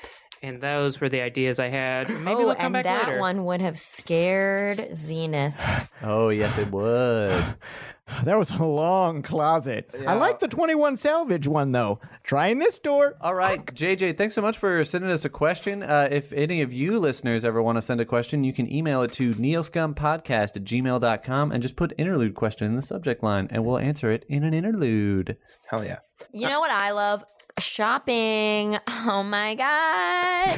And those were the ideas I had. Maybe Oh, we'll come back and that later. one would have scared Zenith. Oh yes, it would. That was a long closet. I like the 21 salvage one though. Trying this door. All right, JJ, thanks so much for sending us a question. Uh, if any of you listeners ever want to send a question, you can email it to neoscumpodcast at gmail.com and just put interlude question in the subject line, and we'll answer it in an interlude. Hell yeah. You know what I love? Shopping. Oh my God.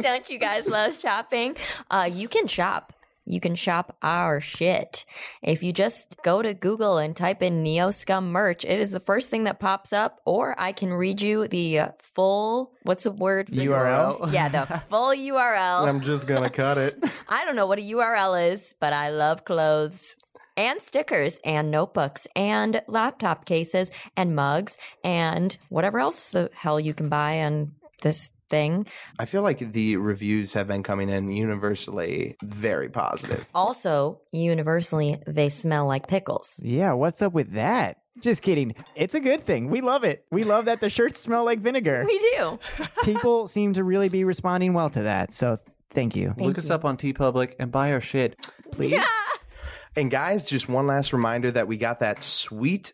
Don't you guys love shopping? Uh, you can shop. You can shop our shit. If you just go to Google and type in Neo Scum merch, it is the first thing that pops up, or I can read you the uh, full, what's the word? for the- URL? Yeah, the full URL. I'm just going to cut it. I don't know what a URL is, but I love clothes and stickers and notebooks and laptop cases and mugs and whatever else the hell you can buy on this thing. I feel like the reviews have been coming in universally very positive. Also, universally, they smell like pickles. Yeah, what's up with that? Just kidding. It's a good thing. We love it. We love that the shirts smell like vinegar. We do. People seem to really be responding well to that. So thank you. Look us up on T Public and buy our shit. Please. And guys, just one last reminder that we got that sweet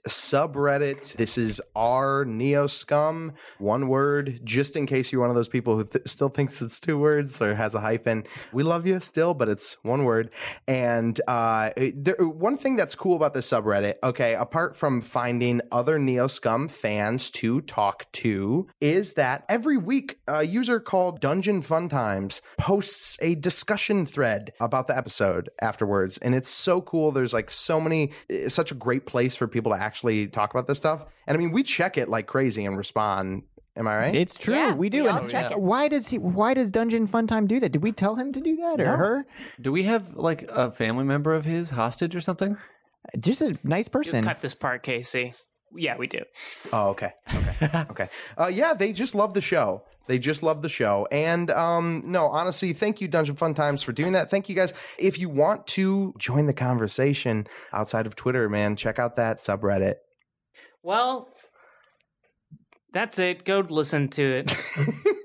subreddit. This is our Neo Scum, one word, just in case you're one of those people who th- still thinks it's two words or has a hyphen. We love you still, but it's one word. And uh, it- there, one thing that's cool about this subreddit, okay, apart from finding other Neo Scum fans to talk to, is that every week a user called Dungeon Fun Times posts a discussion thread about the episode afterwards. And it's so cool. There's like so many, it's such a great place for people to actually talk about this stuff. And I mean, we check it like crazy and respond. Am I right? It's true. Yeah, we do. we And all check it. Why does he why does Dungeon Fun Time do that? Did we tell him to do that or her? Do we have like a family member of his hostage or something? Just a nice person. Cut this part, Casey. Yeah, we do. Oh, okay. Okay. okay. Uh, yeah, they just love the show. They just love the show. And um, no, honestly, thank you, Dungeon Fun Times, for doing that. Thank you guys. If you want to join the conversation outside of Twitter, man, check out that subreddit. Well, that's it. Go listen to it.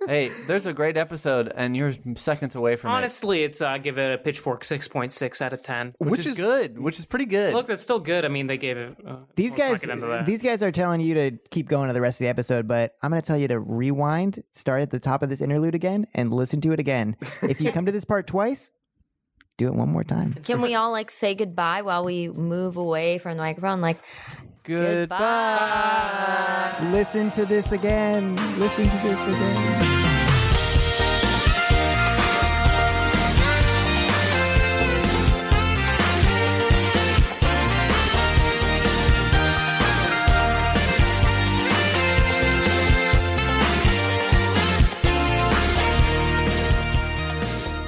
hey, there's a great episode, and you're seconds away from Honestly, it's uh, I give it a pitchfork six point six out of ten. it, which, is, good, which is pretty good. Look, that's still good. I mean, they gave it. Uh, These let's not guys, get into that. these guys are telling you to keep going to the rest of the episode, but I'm going to tell you to rewind, start at the top of this interlude again, and listen to it again. If you come to this part twice, do it one more time. Can we all like say goodbye while we move away from the microphone? Like, goodbye. Listen to this again. Listen to this again.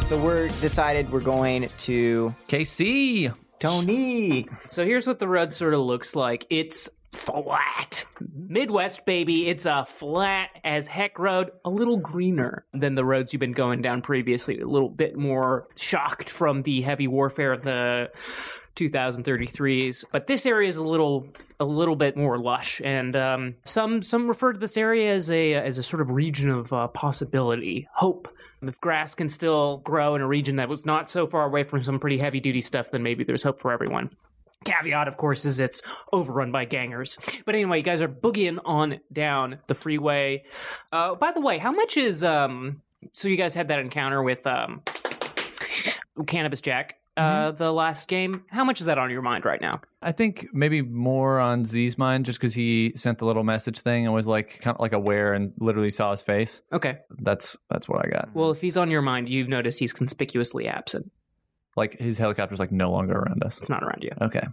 So we're decided we're going to KC. Tony. So here's what the road sort of looks like. It's flat. Midwest, baby. It's a flat as heck road, a little greener than the roads you've been going down previously, a little bit more shocked from the heavy warfare of the 2033s. But this area is a little a little bit more lush and um, some some refer to this area as a as a sort of region of uh, possibility, hope. If grass can still grow in a region that was not so far away from some pretty heavy duty stuff, then maybe there's hope for everyone. Caveat, of course, is it's overrun by gangers. But anyway, you guys are boogieing on down the freeway. Uh, by the way, how much is um? So you guys had that encounter with um, Cannabis Jack uh, the last game. How much is that on your mind right now? I think maybe more on Z's mind, just because he sent the little message thing and was like kind of like aware and literally saw his face. Okay. That's that's what I got. Well, if he's on your mind, you've noticed he's conspicuously absent. Like his helicopter's like no longer around us. It's not around you. Okay.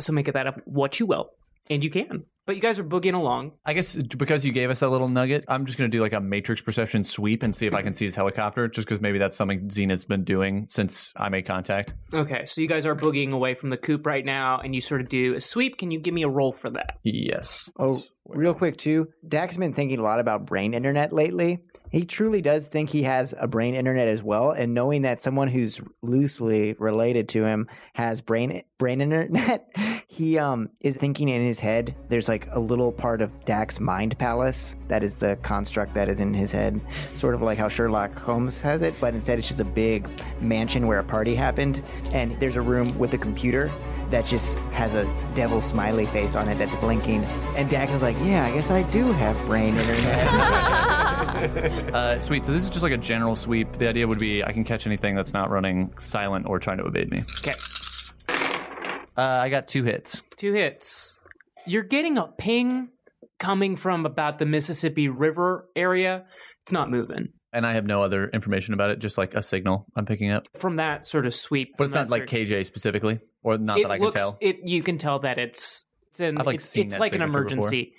So make it that up what you will, and you can. But you guys are boogieing along. I guess because you gave us that little nugget, I'm just gonna do like a matrix perception sweep and see if I can see his helicopter, just because maybe that's something Zena's been doing since I made contact. Okay, so you guys are boogieing away from the coop right now, and you sort of do a sweep. Can you give me a roll for that? Yes. Oh, real quick too. Dak's been thinking a lot about brain internet lately. He truly does think he has a brain internet as well, and knowing that someone who's loosely related to him has brain brain internet, he um is thinking in his head. There's like a little part of Dak's mind palace that is the construct that is in his head, sort of like how Sherlock Holmes has it, but instead it's just a big mansion where a party happened, and there's a room with a computer that just has a devil smiley face on it that's blinking. And Dak is like, yeah, I guess I do have brain internet. Uh, sweet. So this is just like a general sweep. The idea would be I can catch anything that's not running silent or trying to evade me. Okay. Uh, I got two hits. Two hits. You're getting a ping coming from about the Mississippi River area. It's not moving. And I have no other information about it, just like a signal I'm picking up. From that sort of sweep. But from it's that not like search- KJ specifically, or not it that I looks, can tell. It you can tell that it's it's an I've, like, it's, seen it's that like an signature emergency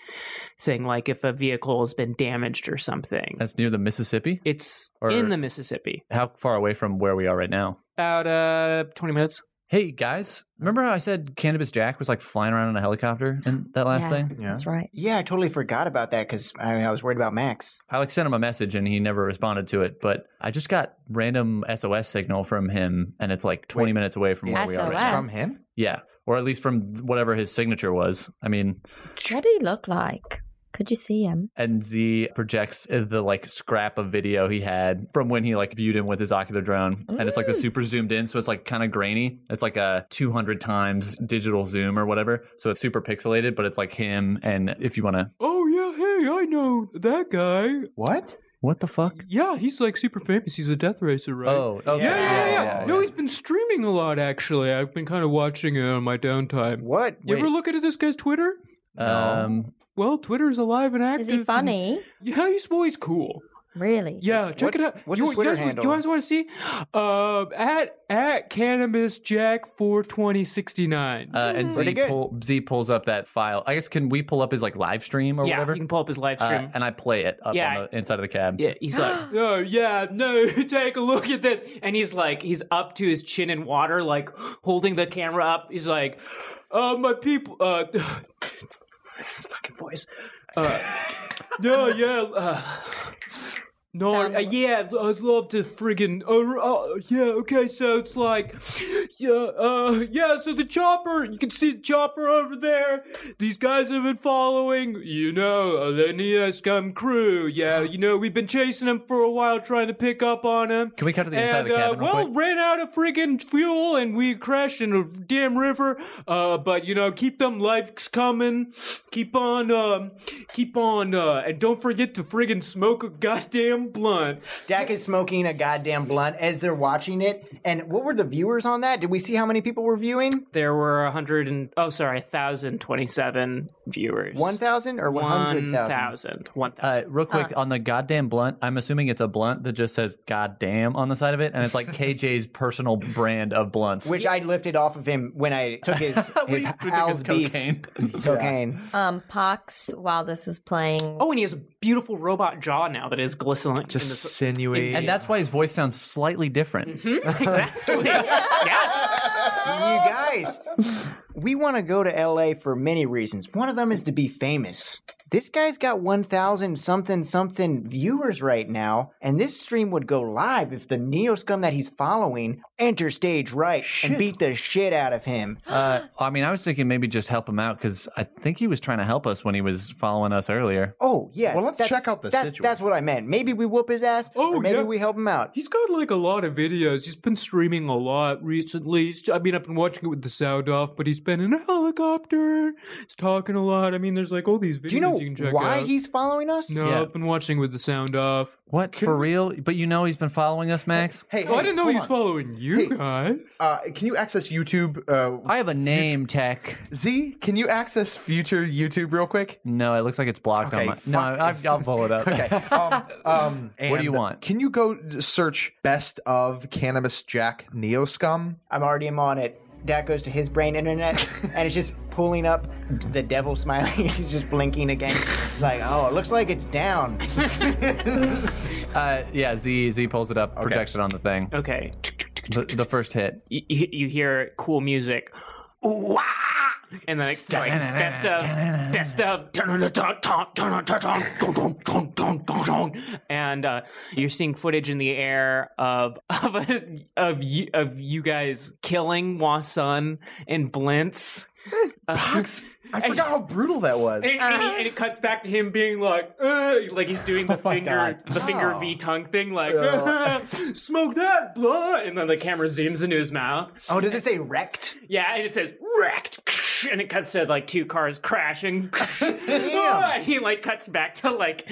thing, like if a vehicle has been damaged or something. That's near the Mississippi. it's Or- in the Mississippi. How far away from where we are right now? About uh twenty minutes. Hey guys, remember how I said Cannabis Jack was like flying around in a helicopter and that last Yeah, thing? That's right. yeah, I totally forgot about that because I, I was worried about Max. I like sent him a message and he never responded to it, but I just got random SOS signal from him and it's like 20 minutes away from where we are. SOS. Right? From him? Yeah, or at least from whatever his signature was. I mean, What did he look like? Could you see him? and Z projects the like scrap of video he had from when he like viewed him with his ocular drone and it's like Mm. the super zoomed in so it's like kind of grainy. It's like a 200 times digital zoom or whatever. So it's super pixelated, but it's like him and if you want to Oh yeah, hey, I know that guy. What? What the fuck? Yeah, he's like super famous. He's a death racer, right? Oh, okay. Yeah, yeah, yeah, yeah. yeah, No, he's been streaming a lot actually. I've been kind of watching it on my downtime. What? You ever look at this guy's Twitter? Um, Well, Twitter's alive and active. Is he and- funny? yeah, he's always cool. Really? Yeah, check What- it out. what's you, his Twitter you guys, handle? Do you guys want to see? Uh, at at cannabis jack four twenty sixty nine. uh, and Z, Pretty good. pull, Z pulls up that file. I guess can we pull up his like live stream or yeah, whatever? you can pull up his live Uh, stream. and I play it up Yeah, on the inside of the cab. yeah, he's like Oh yeah, no, take a look at this. And he's like, he's up to his chin in water, like holding the camera up. He's like, uh, my people. Uh, his fucking voice. no, yeah. Uh, no, Sound- uh, yeah, I'd love to friggin' uh, uh, yeah, okay, so it's like, yeah, uh, yeah, so the chopper, you can see the chopper over there. These guys have been following, you know, uh, the Neoscum crew. Yeah, you know, we've been chasing them for a while, trying to pick up on them. Can we cut to the inside of the And, cabin uh, real well, quick? ran out of friggin' fuel and we crashed in a damn river. Uh, but you know, keep them likes coming. Keep on, um, keep on, uh, and don't forget to friggin' smoke a goddamn blunt. Dak is smoking a goddamn blunt as they're watching it. And what were the viewers on that? Did we see how many people were viewing? There were a hundred and oh, sorry, thousand twenty-seven viewers. 1,000 or 100,000? One Uh, thousand. real quick on the goddamn blunt. I'm assuming it's a blunt that just says "goddamn" on the side of it, and it's like KJ's personal brand of blunts. Which I lifted off of him when I took his, his took his Al's beef. cocaine. Cocaine. Um, Pox, while this was playing, oh, and he has a beautiful robot jaw now that is glistening. Just sinewy. and that's why his voice sounds slightly different. exactly. yes. You guys, we want to go to LA for many reasons. One of them is to be famous. This guy's got 1,000 something something viewers right now, and this stream would go live if the Neo scum that he's following enter stage right and beat the shit out of him. Uh, I mean, I was thinking maybe just help him out because I think he was trying to help us when he was following us earlier. Oh, yeah. Well, let's that's- check out the that- situation. That's what I meant. Maybe we whoop his ass, Oh, or maybe yeah. we help him out. He's got like a lot of videos. He's been streaming a lot recently. He's, I mean, I've been watching it with the sound off, but he's been in a helicopter. He's talking a lot. I mean, there's like all these videos Do you know can check why out. he's following us? No, Yeah. I've been watching with the sound off. What for real? But you know he's been following us, Max. hey, Oh, I hey, didn't know hold he was on. following you Hey. guys. Uh, can you access YouTube? Uh, I have a name, Tech. Z, can you access future YouTube real quick? No, it looks like it's blocked Okay, on my. fuck. No, I've, I'll pull it up. Okay. Um, um, What do you and want? Can you go search best of Cannabis Jack Neo Scum? I'm already am on it. Dak goes to his brain internet, and it's just pulling up the devil smiling. He's just blinking again. It's like, oh, it looks like it's down. Uh, yeah, Z Z pulls it up, projects it on the thing. Okay. The, the first hit. You, you you hear cool music. Wah! And then it's like best of, best of, and uh, you're seeing footage in the air of of of you, of you guys killing Wasun and Blintz. Pox, I forgot how brutal that was. And, and, he- and it cuts back to him being like, "Ugh," like he's doing the my finger, the finger V tongue thing, like, smoke that blood, and then the camera zooms into his mouth. Oh, does it say wrecked? Yeah, and it says wrecked, and it cuts to like two cars crashing. and he like cuts back to like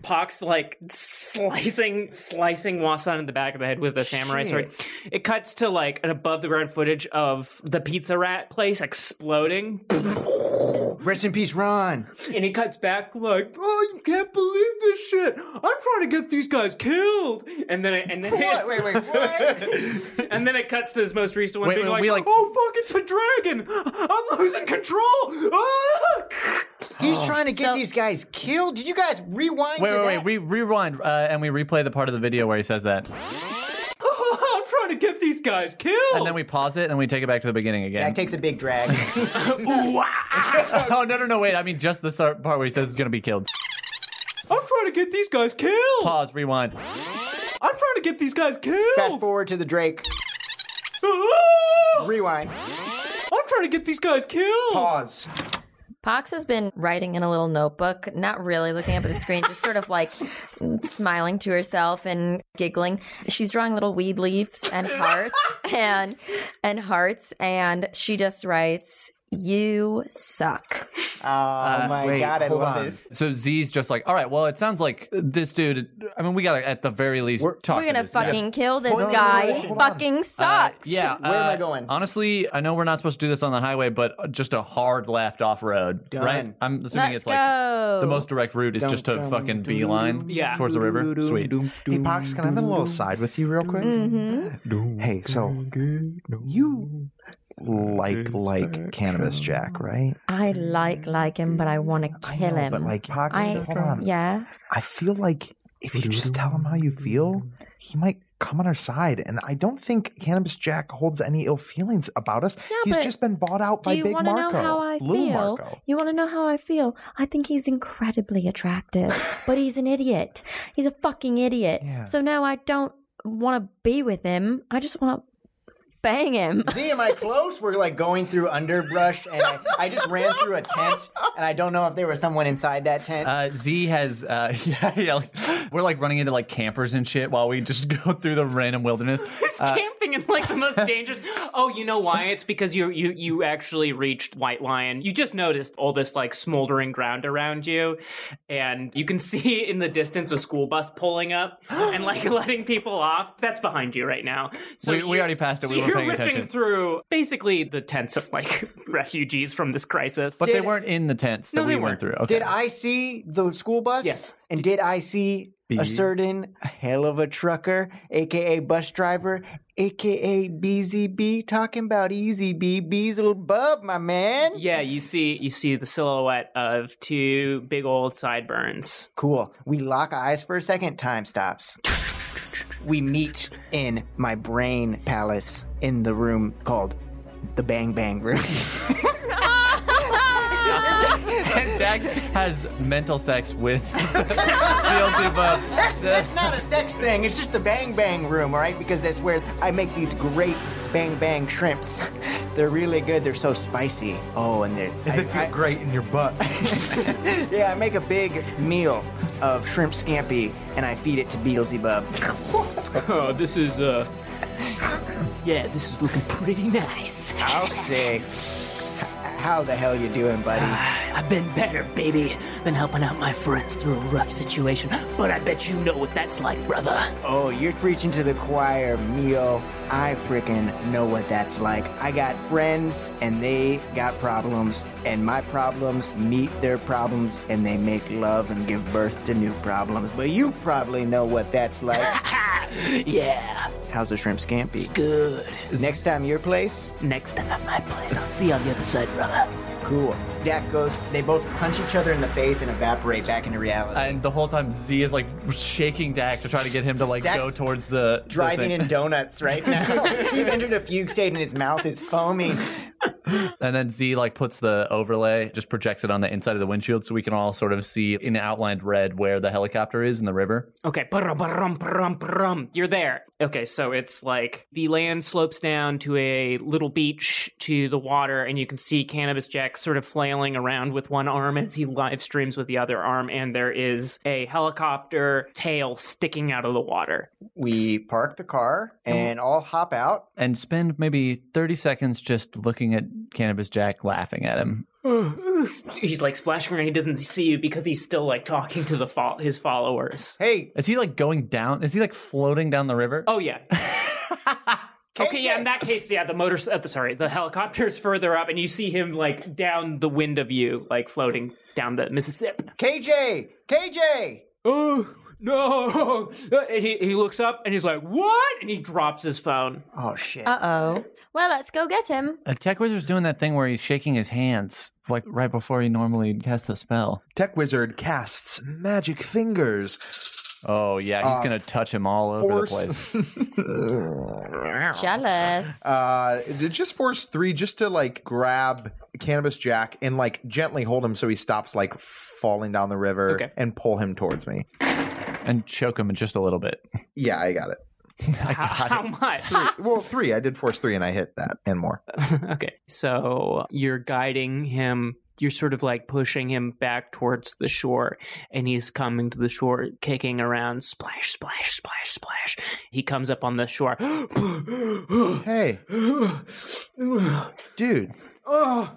Pox like slicing, slicing Wasan in the back of the head with a samurai sword. It cuts to like an above the ground footage of the pizza rat place exploding. Rest in peace, Ron. And he cuts back like, "Oh, you can't believe this shit! I'm trying to get these guys killed." And then, it, and then, What? Wait, wait, what? and then it cuts to his most recent one Wait, being wait, like, we, like- "Oh fuck, it's a dragon! I'm losing control!" Uh, Ah! He's trying to get So- these guys killed. Did you guys rewind? Wait, to wait, that? wait. Re- rewind, uh, and we replay the part of the video where he says that, I'm trying to get these guys killed. Oh. and then we pause it and we take it back to the beginning again. Jack takes a big drag. oh no, no, no! Wait, I mean just the start part where he says he's gonna be killed. I'm trying to get these guys killed. Pause. Rewind. I'm trying to get these guys killed. Fast forward to the Drake. Ah! Rewind. I'm trying to get these guys killed. Pause. Pox has been writing in a little notebook, not really looking up at the screen, just sort of like smiling to herself and giggling. She's drawing little weed leaves and hearts and and hearts and she just writes, "You suck." Oh my wait, god, I hold love on. this. So Z's just like, all right. Well, it sounds like this dude. I mean, we gotta at the very least talk. We're to going to this man. fucking kill this on, guy. hold on, He hold on. fucking Uh, sucks. yeah. Where am I uh, going? Honestly, I know we're not supposed to do this on the highway, but just a hard left off road, Done. right? I'm assuming Let's it's go. like the most direct route is just to dum, fucking dum, beeline Yeah. towards the river. Sweet. Hey, Pox, can I have a little side with you real quick? Mm. Mm-hmm. Hey, so you like like cannabis, Jack, right? I like like him, but I want to I kill know, him. But like, Pox, I hold on. yeah. I feel like if you just tell him how you feel, he might come on our side. And I don't think Cannabis Jack holds any ill feelings about us. He's but just been bought out Do by you Big want to know Marco. how I Little feel? Marco. You want to know how I feel? I think he's incredibly attractive, but he's an idiot. He's a fucking idiot. Yeah. So no, I don't want to be with him. I just want to bang him. Z, am I close? We're like going through underbrush, and I, I just ran through a tent, and I don't know if there was someone inside that tent. Uh, Z has, uh, yeah, yeah. Like, we're like running into like campers and shit while we just go through the random wilderness. It's camping in like the most dangerous. Oh, you know why? It's because you you you actually reached White Lion. You just noticed all this like smoldering ground around you, and you can see in the distance a school bus pulling up and like letting people off. That's behind you right now. So We- we you- already passed it. so We weren't you're paying ripping attention. through basically the tents of like refugees from this crisis. But they weren't in the tents that No, we they went weren't. through. Okay. did I see the school bus? Yes. And did I see a certain hell of a trucker, aka bus driver, aka BZB, talking about Easy B, Beezle Bub, my man? yeah, you see you see the silhouette of two big old sideburns. Cool. We lock eyes for a second. Time stops. We meet in my brain palace in the room called the Bang Bang Room. and Jack has mental sex with BLT Buff. that's, that's not a sex thing. It's just the Bang Bang Room, all right? Because that's where I make these great Bang Bang shrimps. They're really good. They're so spicy. Oh, and they're. I- They feel I- great in your butt. yeah, I make a big meal of shrimp scampi and I feed it to Beelzebub. Oh, this is uh Yeah, this is looking pretty nice. I'll say. How the hell you doing, buddy? I've been better, baby. Been helping out my friends through a rough situation, but I bet you know what that's like, brother. Oh, you're preaching to the choir, Mio. I freaking know what that's like. I got friends and they got problems, and my problems meet their problems and they make love and give birth to new problems. But you probably know what that's like. Yeah, How's the shrimp scampi? good. Next time your place, Next time at my place, I'll see you on the other side, brother. cool. Dak goes, they both punch each other in the face and evaporate back into reality. And the whole time Z is like shaking Dak to try to get him to like Dak's go towards the the Driving thing. in donuts right now. He's entered a fugue state and his mouth is foaming. And then Z like puts the overlay, just projects it on the inside of the windshield so we can all sort of see in outlined red where the helicopter is in the river. Okay, brum brum brum brum. You're there. Okay, so it's like the land slopes down to a little beach to the water, and you can see Cannabis Jack sort of flailing around with one arm as he live streams with the other arm, and there is a helicopter tail sticking out of the water. We park the car and all hop out. and spend maybe 30 seconds just looking at Cannabis Jack laughing at him. He's like splashing around, he doesn't see you because he's still like talking to the fo- his followers. Hey, Is he like going down? Is he like floating down the river? Oh, yeah. Okay, yeah. In that case, yeah, the motor, uh, sorry, the helicopter's further up, and you see him like down the wind of you, like floating down the Mississippi. KJ, KJ. oh no and he, he looks up and he's like what and he drops his phone Oh shit. Uh oh. Well, let's go get him. Uh, Tech Wizard's doing that thing where he's shaking his hands like right before he normally casts a spell. Tech Wizard casts magic fingers. Oh yeah, he's gonna touch him all over the place. Uh, Force. Jealous. uh, d- just force three, just to like grab Cannabis Jack and like gently hold him so he stops like falling down the river Okay. and pull him towards me. and choke him just a little bit. Yeah, I got it. how, how much Well, three. I did force three and I hit that and more. okay so you're guiding him you're sort of like pushing him back towards the shore and he's coming to the shore kicking around splash splash splash splash he comes up on the shore Hey, dude. Oh,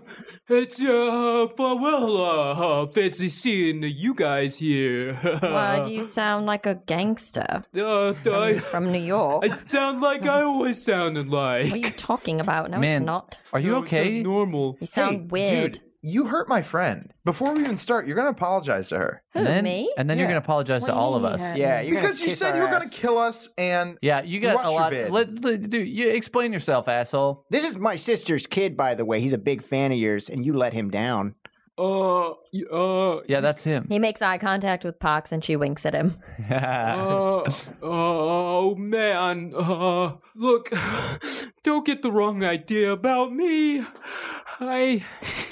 it's uh, farewell. Uh, fancy seeing you guys here. Why do you sound like a gangster uh, I, from New York? What I sound like I always sounded like. are you talking about? No, Man, it's not. Are you No, it's not okay? Normal. You Hey, sound weird. Dude, you hurt my friend. Before we even start, you're gonna apologize to her Who, and then, me? And then you're Yeah. gonna apologize What to do you all of mean, us. huh? yeah, you're because you kiss said our you were gonna ass. kill us, and Yeah, you got watched a your lot. vid. Let, let, dude, you explain yourself, asshole. This is my sister's kid, by the way. He's a big fan of yours, and you let him down. Uh, y- uh, Yeah, that's him. He makes eye contact with Pox and she winks at him. uh, oh man, uh, look, don't get the wrong idea about me. I,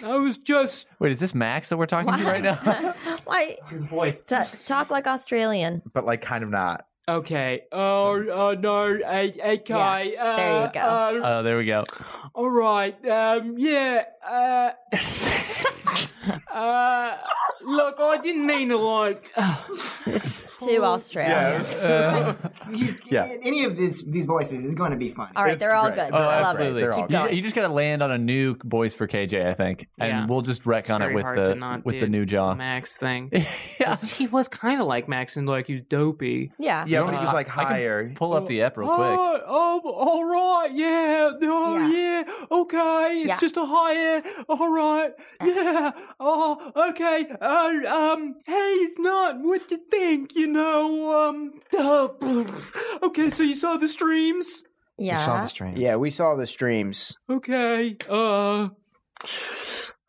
I was just, Wait, is this Max that we're talking to right now? Why? his voice T- talk like Australian. but like kind of not. okay, Um, uh, uh, no, I, I can't, uh, there you go. uh, Oh, there we go. All right. Um. Yeah. Uh. uh. look i didn't mean to like It's too Australian. Yeah. Any of these these voices is going to be funny. All right, they're It's all great. good. Oh, I love absolutely. it. They're all Keep good. You, going. you just gotta land on a new voice for KJ, I think, and Yeah. we'll just wreck on it very with hard the to not with the do new jaw. max thing 'Cause he was kind of like max and like he's dopey yeah. Yeah, but he was like I can higher. Pull up the app real quick. Oh, oh, all right. Yeah. No. Yeah. Yeah. Okay. It's Yeah. just a high air. All right. Yeah. Oh. Okay. Uh, um. Hey, it's not what you think. You know. Um. uh, okay. So you saw the streams. Yeah. You saw the stream. Yeah, we saw the streams. Okay. Uh.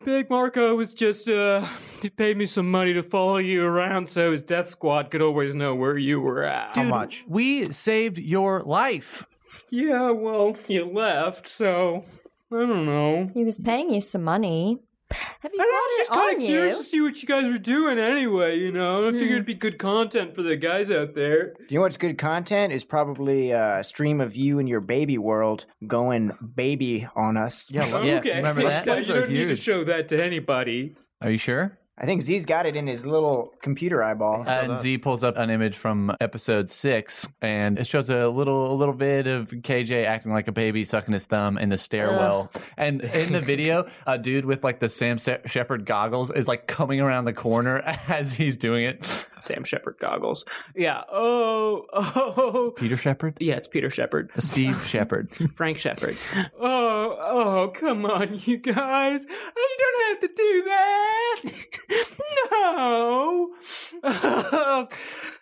Big Marco was just uh he paid me some money to follow you around so his death squad could always know where you were at. How much? We saved your life. Yeah, well, you left, so I don't know. He was paying you some money. Have you got I don't know, I was it just kind on of you? Hmm. curious to see what you guys were doing anyway, you know? I figured it'd be good content for the guys out there. You know what's good content is probably uh, a stream of you and your baby world going baby on us. Yeah, let's- Yeah, okay. remember that's that? why Those you are don't need to huge. show that to anybody. Are you sure? I think Z's got it in his little computer eyeball. and Z pulls up an image from episode six, and it shows a little a little bit of KJ acting like a baby, sucking his thumb in the stairwell. And in the video, a dude with like the Sam Se- Shepard goggles is like coming around the corner as he's doing it. sam shepard goggles yeah oh oh Peter Shepard, yeah it's peter shepard Steve Shepard. frank shepard Oh, oh, come on, you guys. Oh, You don't have to do that. no.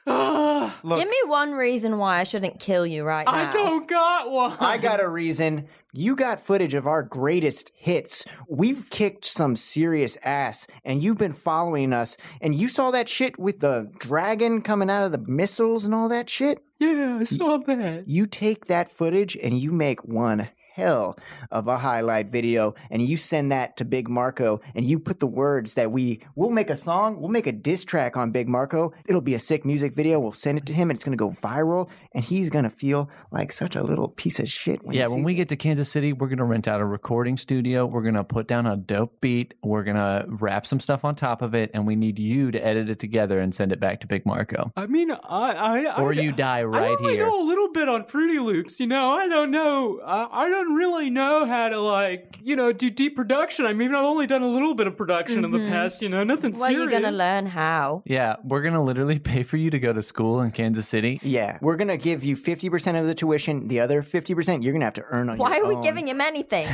Ah, Look. Give me one reason why I shouldn't kill you right now. I don't got one. I got a reason. You got footage of our greatest hits. We've kicked some serious ass, and you've been following us. And you saw that shit with the dragon coming out of the missiles and all that shit. yeah, I saw that. You take that footage and you make one hell of a highlight video and you send that to Big Marco and you put the words that we we'll make a song, we'll make a diss track on Big Marco. It'll be a sick music video. We'll send it to him and it's going to go viral and he's going to feel like such a little piece of shit when yeah, he when sees we get to Kansas City, we're gonna rent out a recording studio. We're gonna put down a dope beat. We're gonna wrap some stuff on top of it, and we need you to edit it together and send it back to Big Marco, I mean, I, I, or I, you die I right only here. know a little bit on Fruity Loops, you know. I don't know. I, I don't really know how to like, you know, do deep production. I mean, I've only done a little bit of production in the past, you know, nothing Well, serious. you're gonna learn how. Yeah, we're gonna literally pay for you to go to school in Kansas City. Yeah, we're gonna give you fifty percent of the tuition. The other fifty percent, you're gonna have to earn on Why your are we own. giving him anything?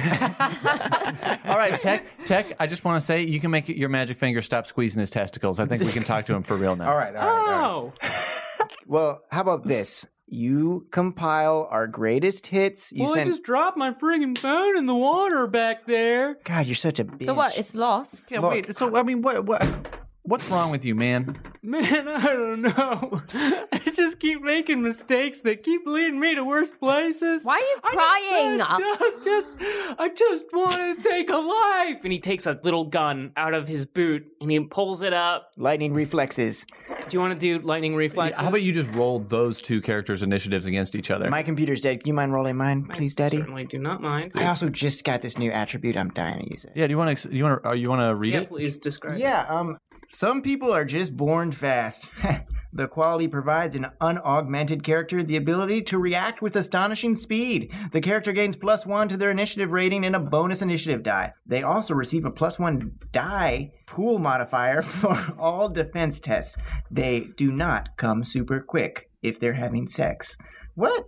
All right, Tech. Tech, I just want to say you can make your magic finger stop squeezing his testicles. I think we can talk to him for real now. All right, all right, all right. Oh, Well, how about this? You compile our greatest hits. You well, I send. just dropped my friggin' phone in the water back there. God, you're such a bitch. so what? It's lost. Yeah, wait. So I mean, what, what, what's wrong with you, man? Man, I don't know. I just keep making mistakes that keep leading me to worse places. Why are you crying? I just, I just want to take a life. And he takes a little gun out of his boot and he pulls it up. Lightning reflexes. Do you want to do lightning reflexes? How about you just roll those two characters' initiatives against each other? My computer's dead. Can you mind rolling mine, please, Daddy? Certainly do not mind. I also just got this new attribute. I'm dying to use it. yeah. Do you want to? You want to? You want to read Yeah, it? please describe. it. Yeah. Um. Some people are just born fast. the quality provides an unaugmented character the ability to react with astonishing speed. The character gains plus one to their initiative rating and a bonus initiative die. They also receive a plus one die pool modifier for all defense tests. They do not come super quick if they're having sex. What?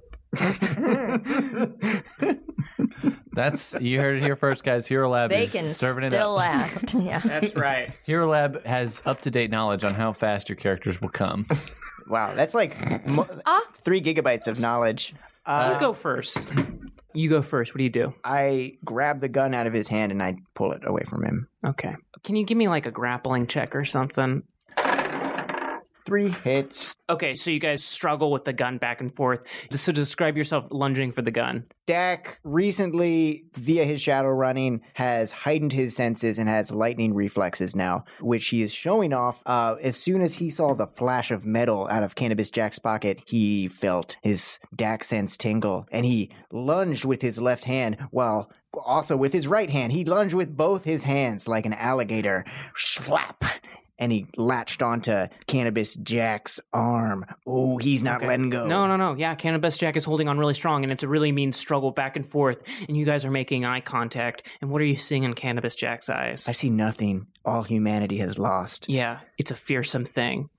That's you heard it here first, guys. Hero Lab They is can serving it still up. last. Yeah. That's right. Hero Lab has up to date knowledge on how fast your characters will come. Wow, that's like mo- three gigabytes of knowledge. you go first. Uh, You go first. What do you do? I grab the gun out of his hand and I pull it away from him. Okay. Can you give me like a grappling check or something? Three hits. Okay, so you guys struggle with the gun back and forth. Just so describe yourself lunging for the gun. Dak recently, via his shadow running, has heightened his senses and has lightning reflexes now, which he is showing off. Uh, as soon as he saw the flash of metal out of Cannabis Jack's pocket, he felt his Dak sense tingle and he lunged with his left hand while also with his right hand. He lunged with both his hands like an alligator. Slap! And he latched onto Cannabis Jack's arm. Oh, he's not letting go. No, no, no. Yeah, Cannabis Jack is holding on really strong, and it's a really mean struggle back and forth. And you guys are making eye contact. And what are you seeing in Cannabis Jack's eyes? I see nothing. All humanity has lost. Yeah, it's a fearsome thing.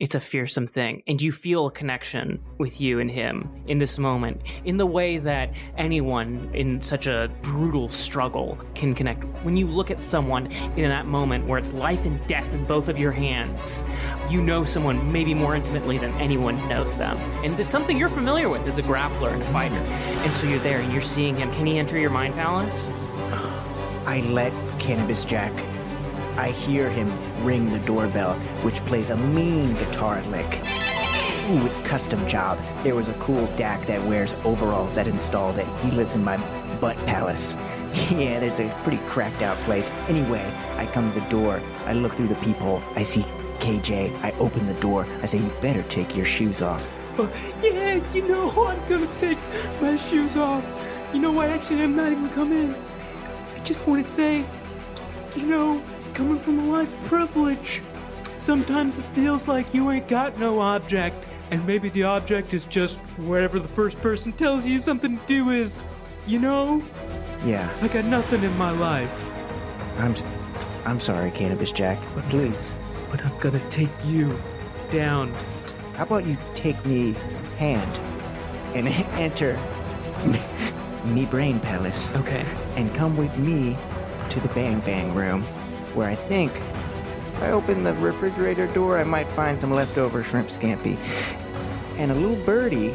It's a fearsome thing. And you feel a connection with you and him in this moment, in the way that anyone in such a brutal struggle can connect. When you look at someone in that moment where it's life and death in both of your hands, you know someone maybe more intimately than anyone knows them. And it's something you're familiar with as a grappler and a fighter. And so you're there and you're seeing him. Can he enter your mind palace? I let Cannabis Jack. I hear him ring the doorbell, which plays a mean guitar lick. Ooh, it's custom job. There was a cool DAC that wears overalls that installed it. He lives in my butt palace. yeah, there's a pretty cracked out place. Anyway, I come to the door. I look through the peephole. I see KJ. I open the door. I say, You better take your shoes off. Uh, yeah, you know, I'm gonna take my shoes off. You know what? Actually, I'm not even come in. I just want to say, you know, coming from a life of privilege, sometimes it feels like you ain't got no object, and maybe the object is just whatever the first person tells you something to do is. You know, Yeah, I got nothing in my life, I'm. I'm sorry, Cannabis Jack, but please. but I'm gonna take you down. How about you take me hand and enter me brain palace Okay. and come with me to the bang bang room where I think if I open the refrigerator door I might find some leftover shrimp scampi and a little birdie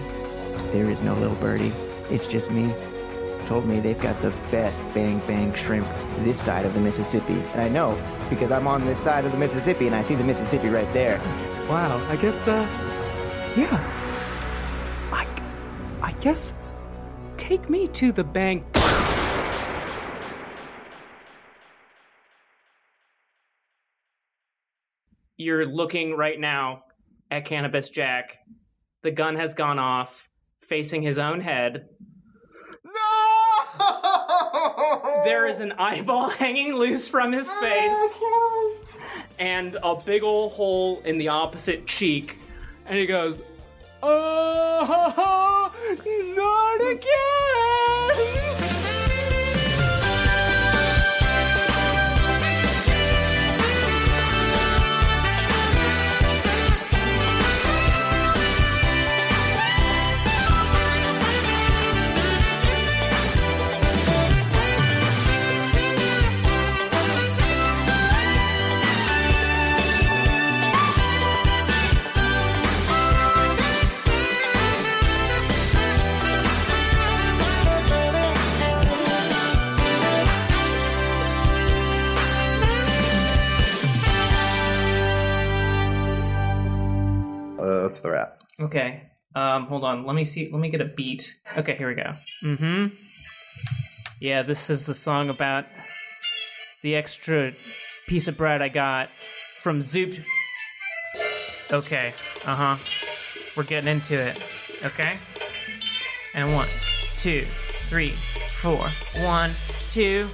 there is no little birdie it's just me told me they've got the best bang bang shrimp this side of the Mississippi and I know because I'm on this side of the Mississippi and I see the Mississippi right there Wow, I guess, uh, yeah. I, I guess, take me to the bank. you're looking right now at Cannabis Jack. The gun has gone off, facing his own head. No! There is an eyeball hanging loose from his face and a big ol' hole in the opposite cheek. And he goes, Oh, not again! Oh. Uh, that's the wrap. Okay. Um, hold on. Let me see. Let me get a beat. Okay, here we go. Mm-hmm. Yeah, this is the song about the extra piece of bread I got from Zoop. Okay. Uh huh. We're getting into it. Okay. And one, two, three, four. One, two.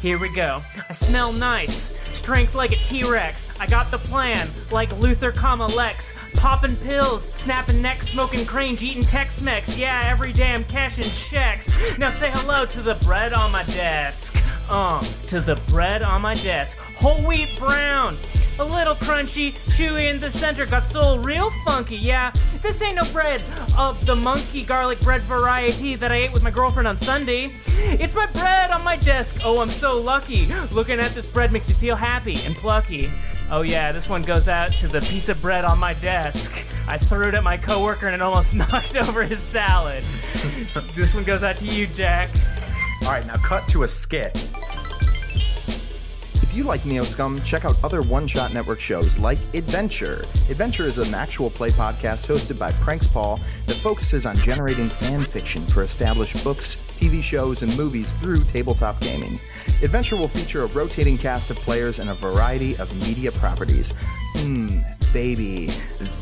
Here we go. I smell nice. Strength like a T-Rex. I got the plan. Like Luther, comma Lex. Popping pills, snapping necks, smoking crange, eating Tex-Mex. Yeah, every day I'm cashing checks. Now say hello to the bread on my desk. Um, to the bread on my desk. Whole wheat brown. A little crunchy, chewy in the center, got soul real funky, yeah. This ain't no bread of the monkey garlic bread variety that I ate with my girlfriend on Sunday. It's my bread on my desk, oh, I'm so lucky. Looking at this bread makes me feel happy and plucky. Oh, yeah, this one goes out to the piece of bread on my desk. I threw it at my coworker and it almost knocked over his salad. this one goes out to you, Jack. All right, now cut to a skit. If you like Neoscum, check out other One Shot Network shows like Adventure. Adventure is an actual play podcast hosted by Pranks Paul that focuses on generating fan fiction for established books, TV shows, and movies through tabletop gaming. Adventure will feature a rotating cast of players and a variety of media properties. Mmm, baby,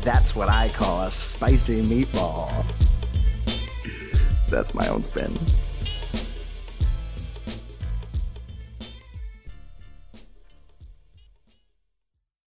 that's what I call a spicy meatball. That's my own spin.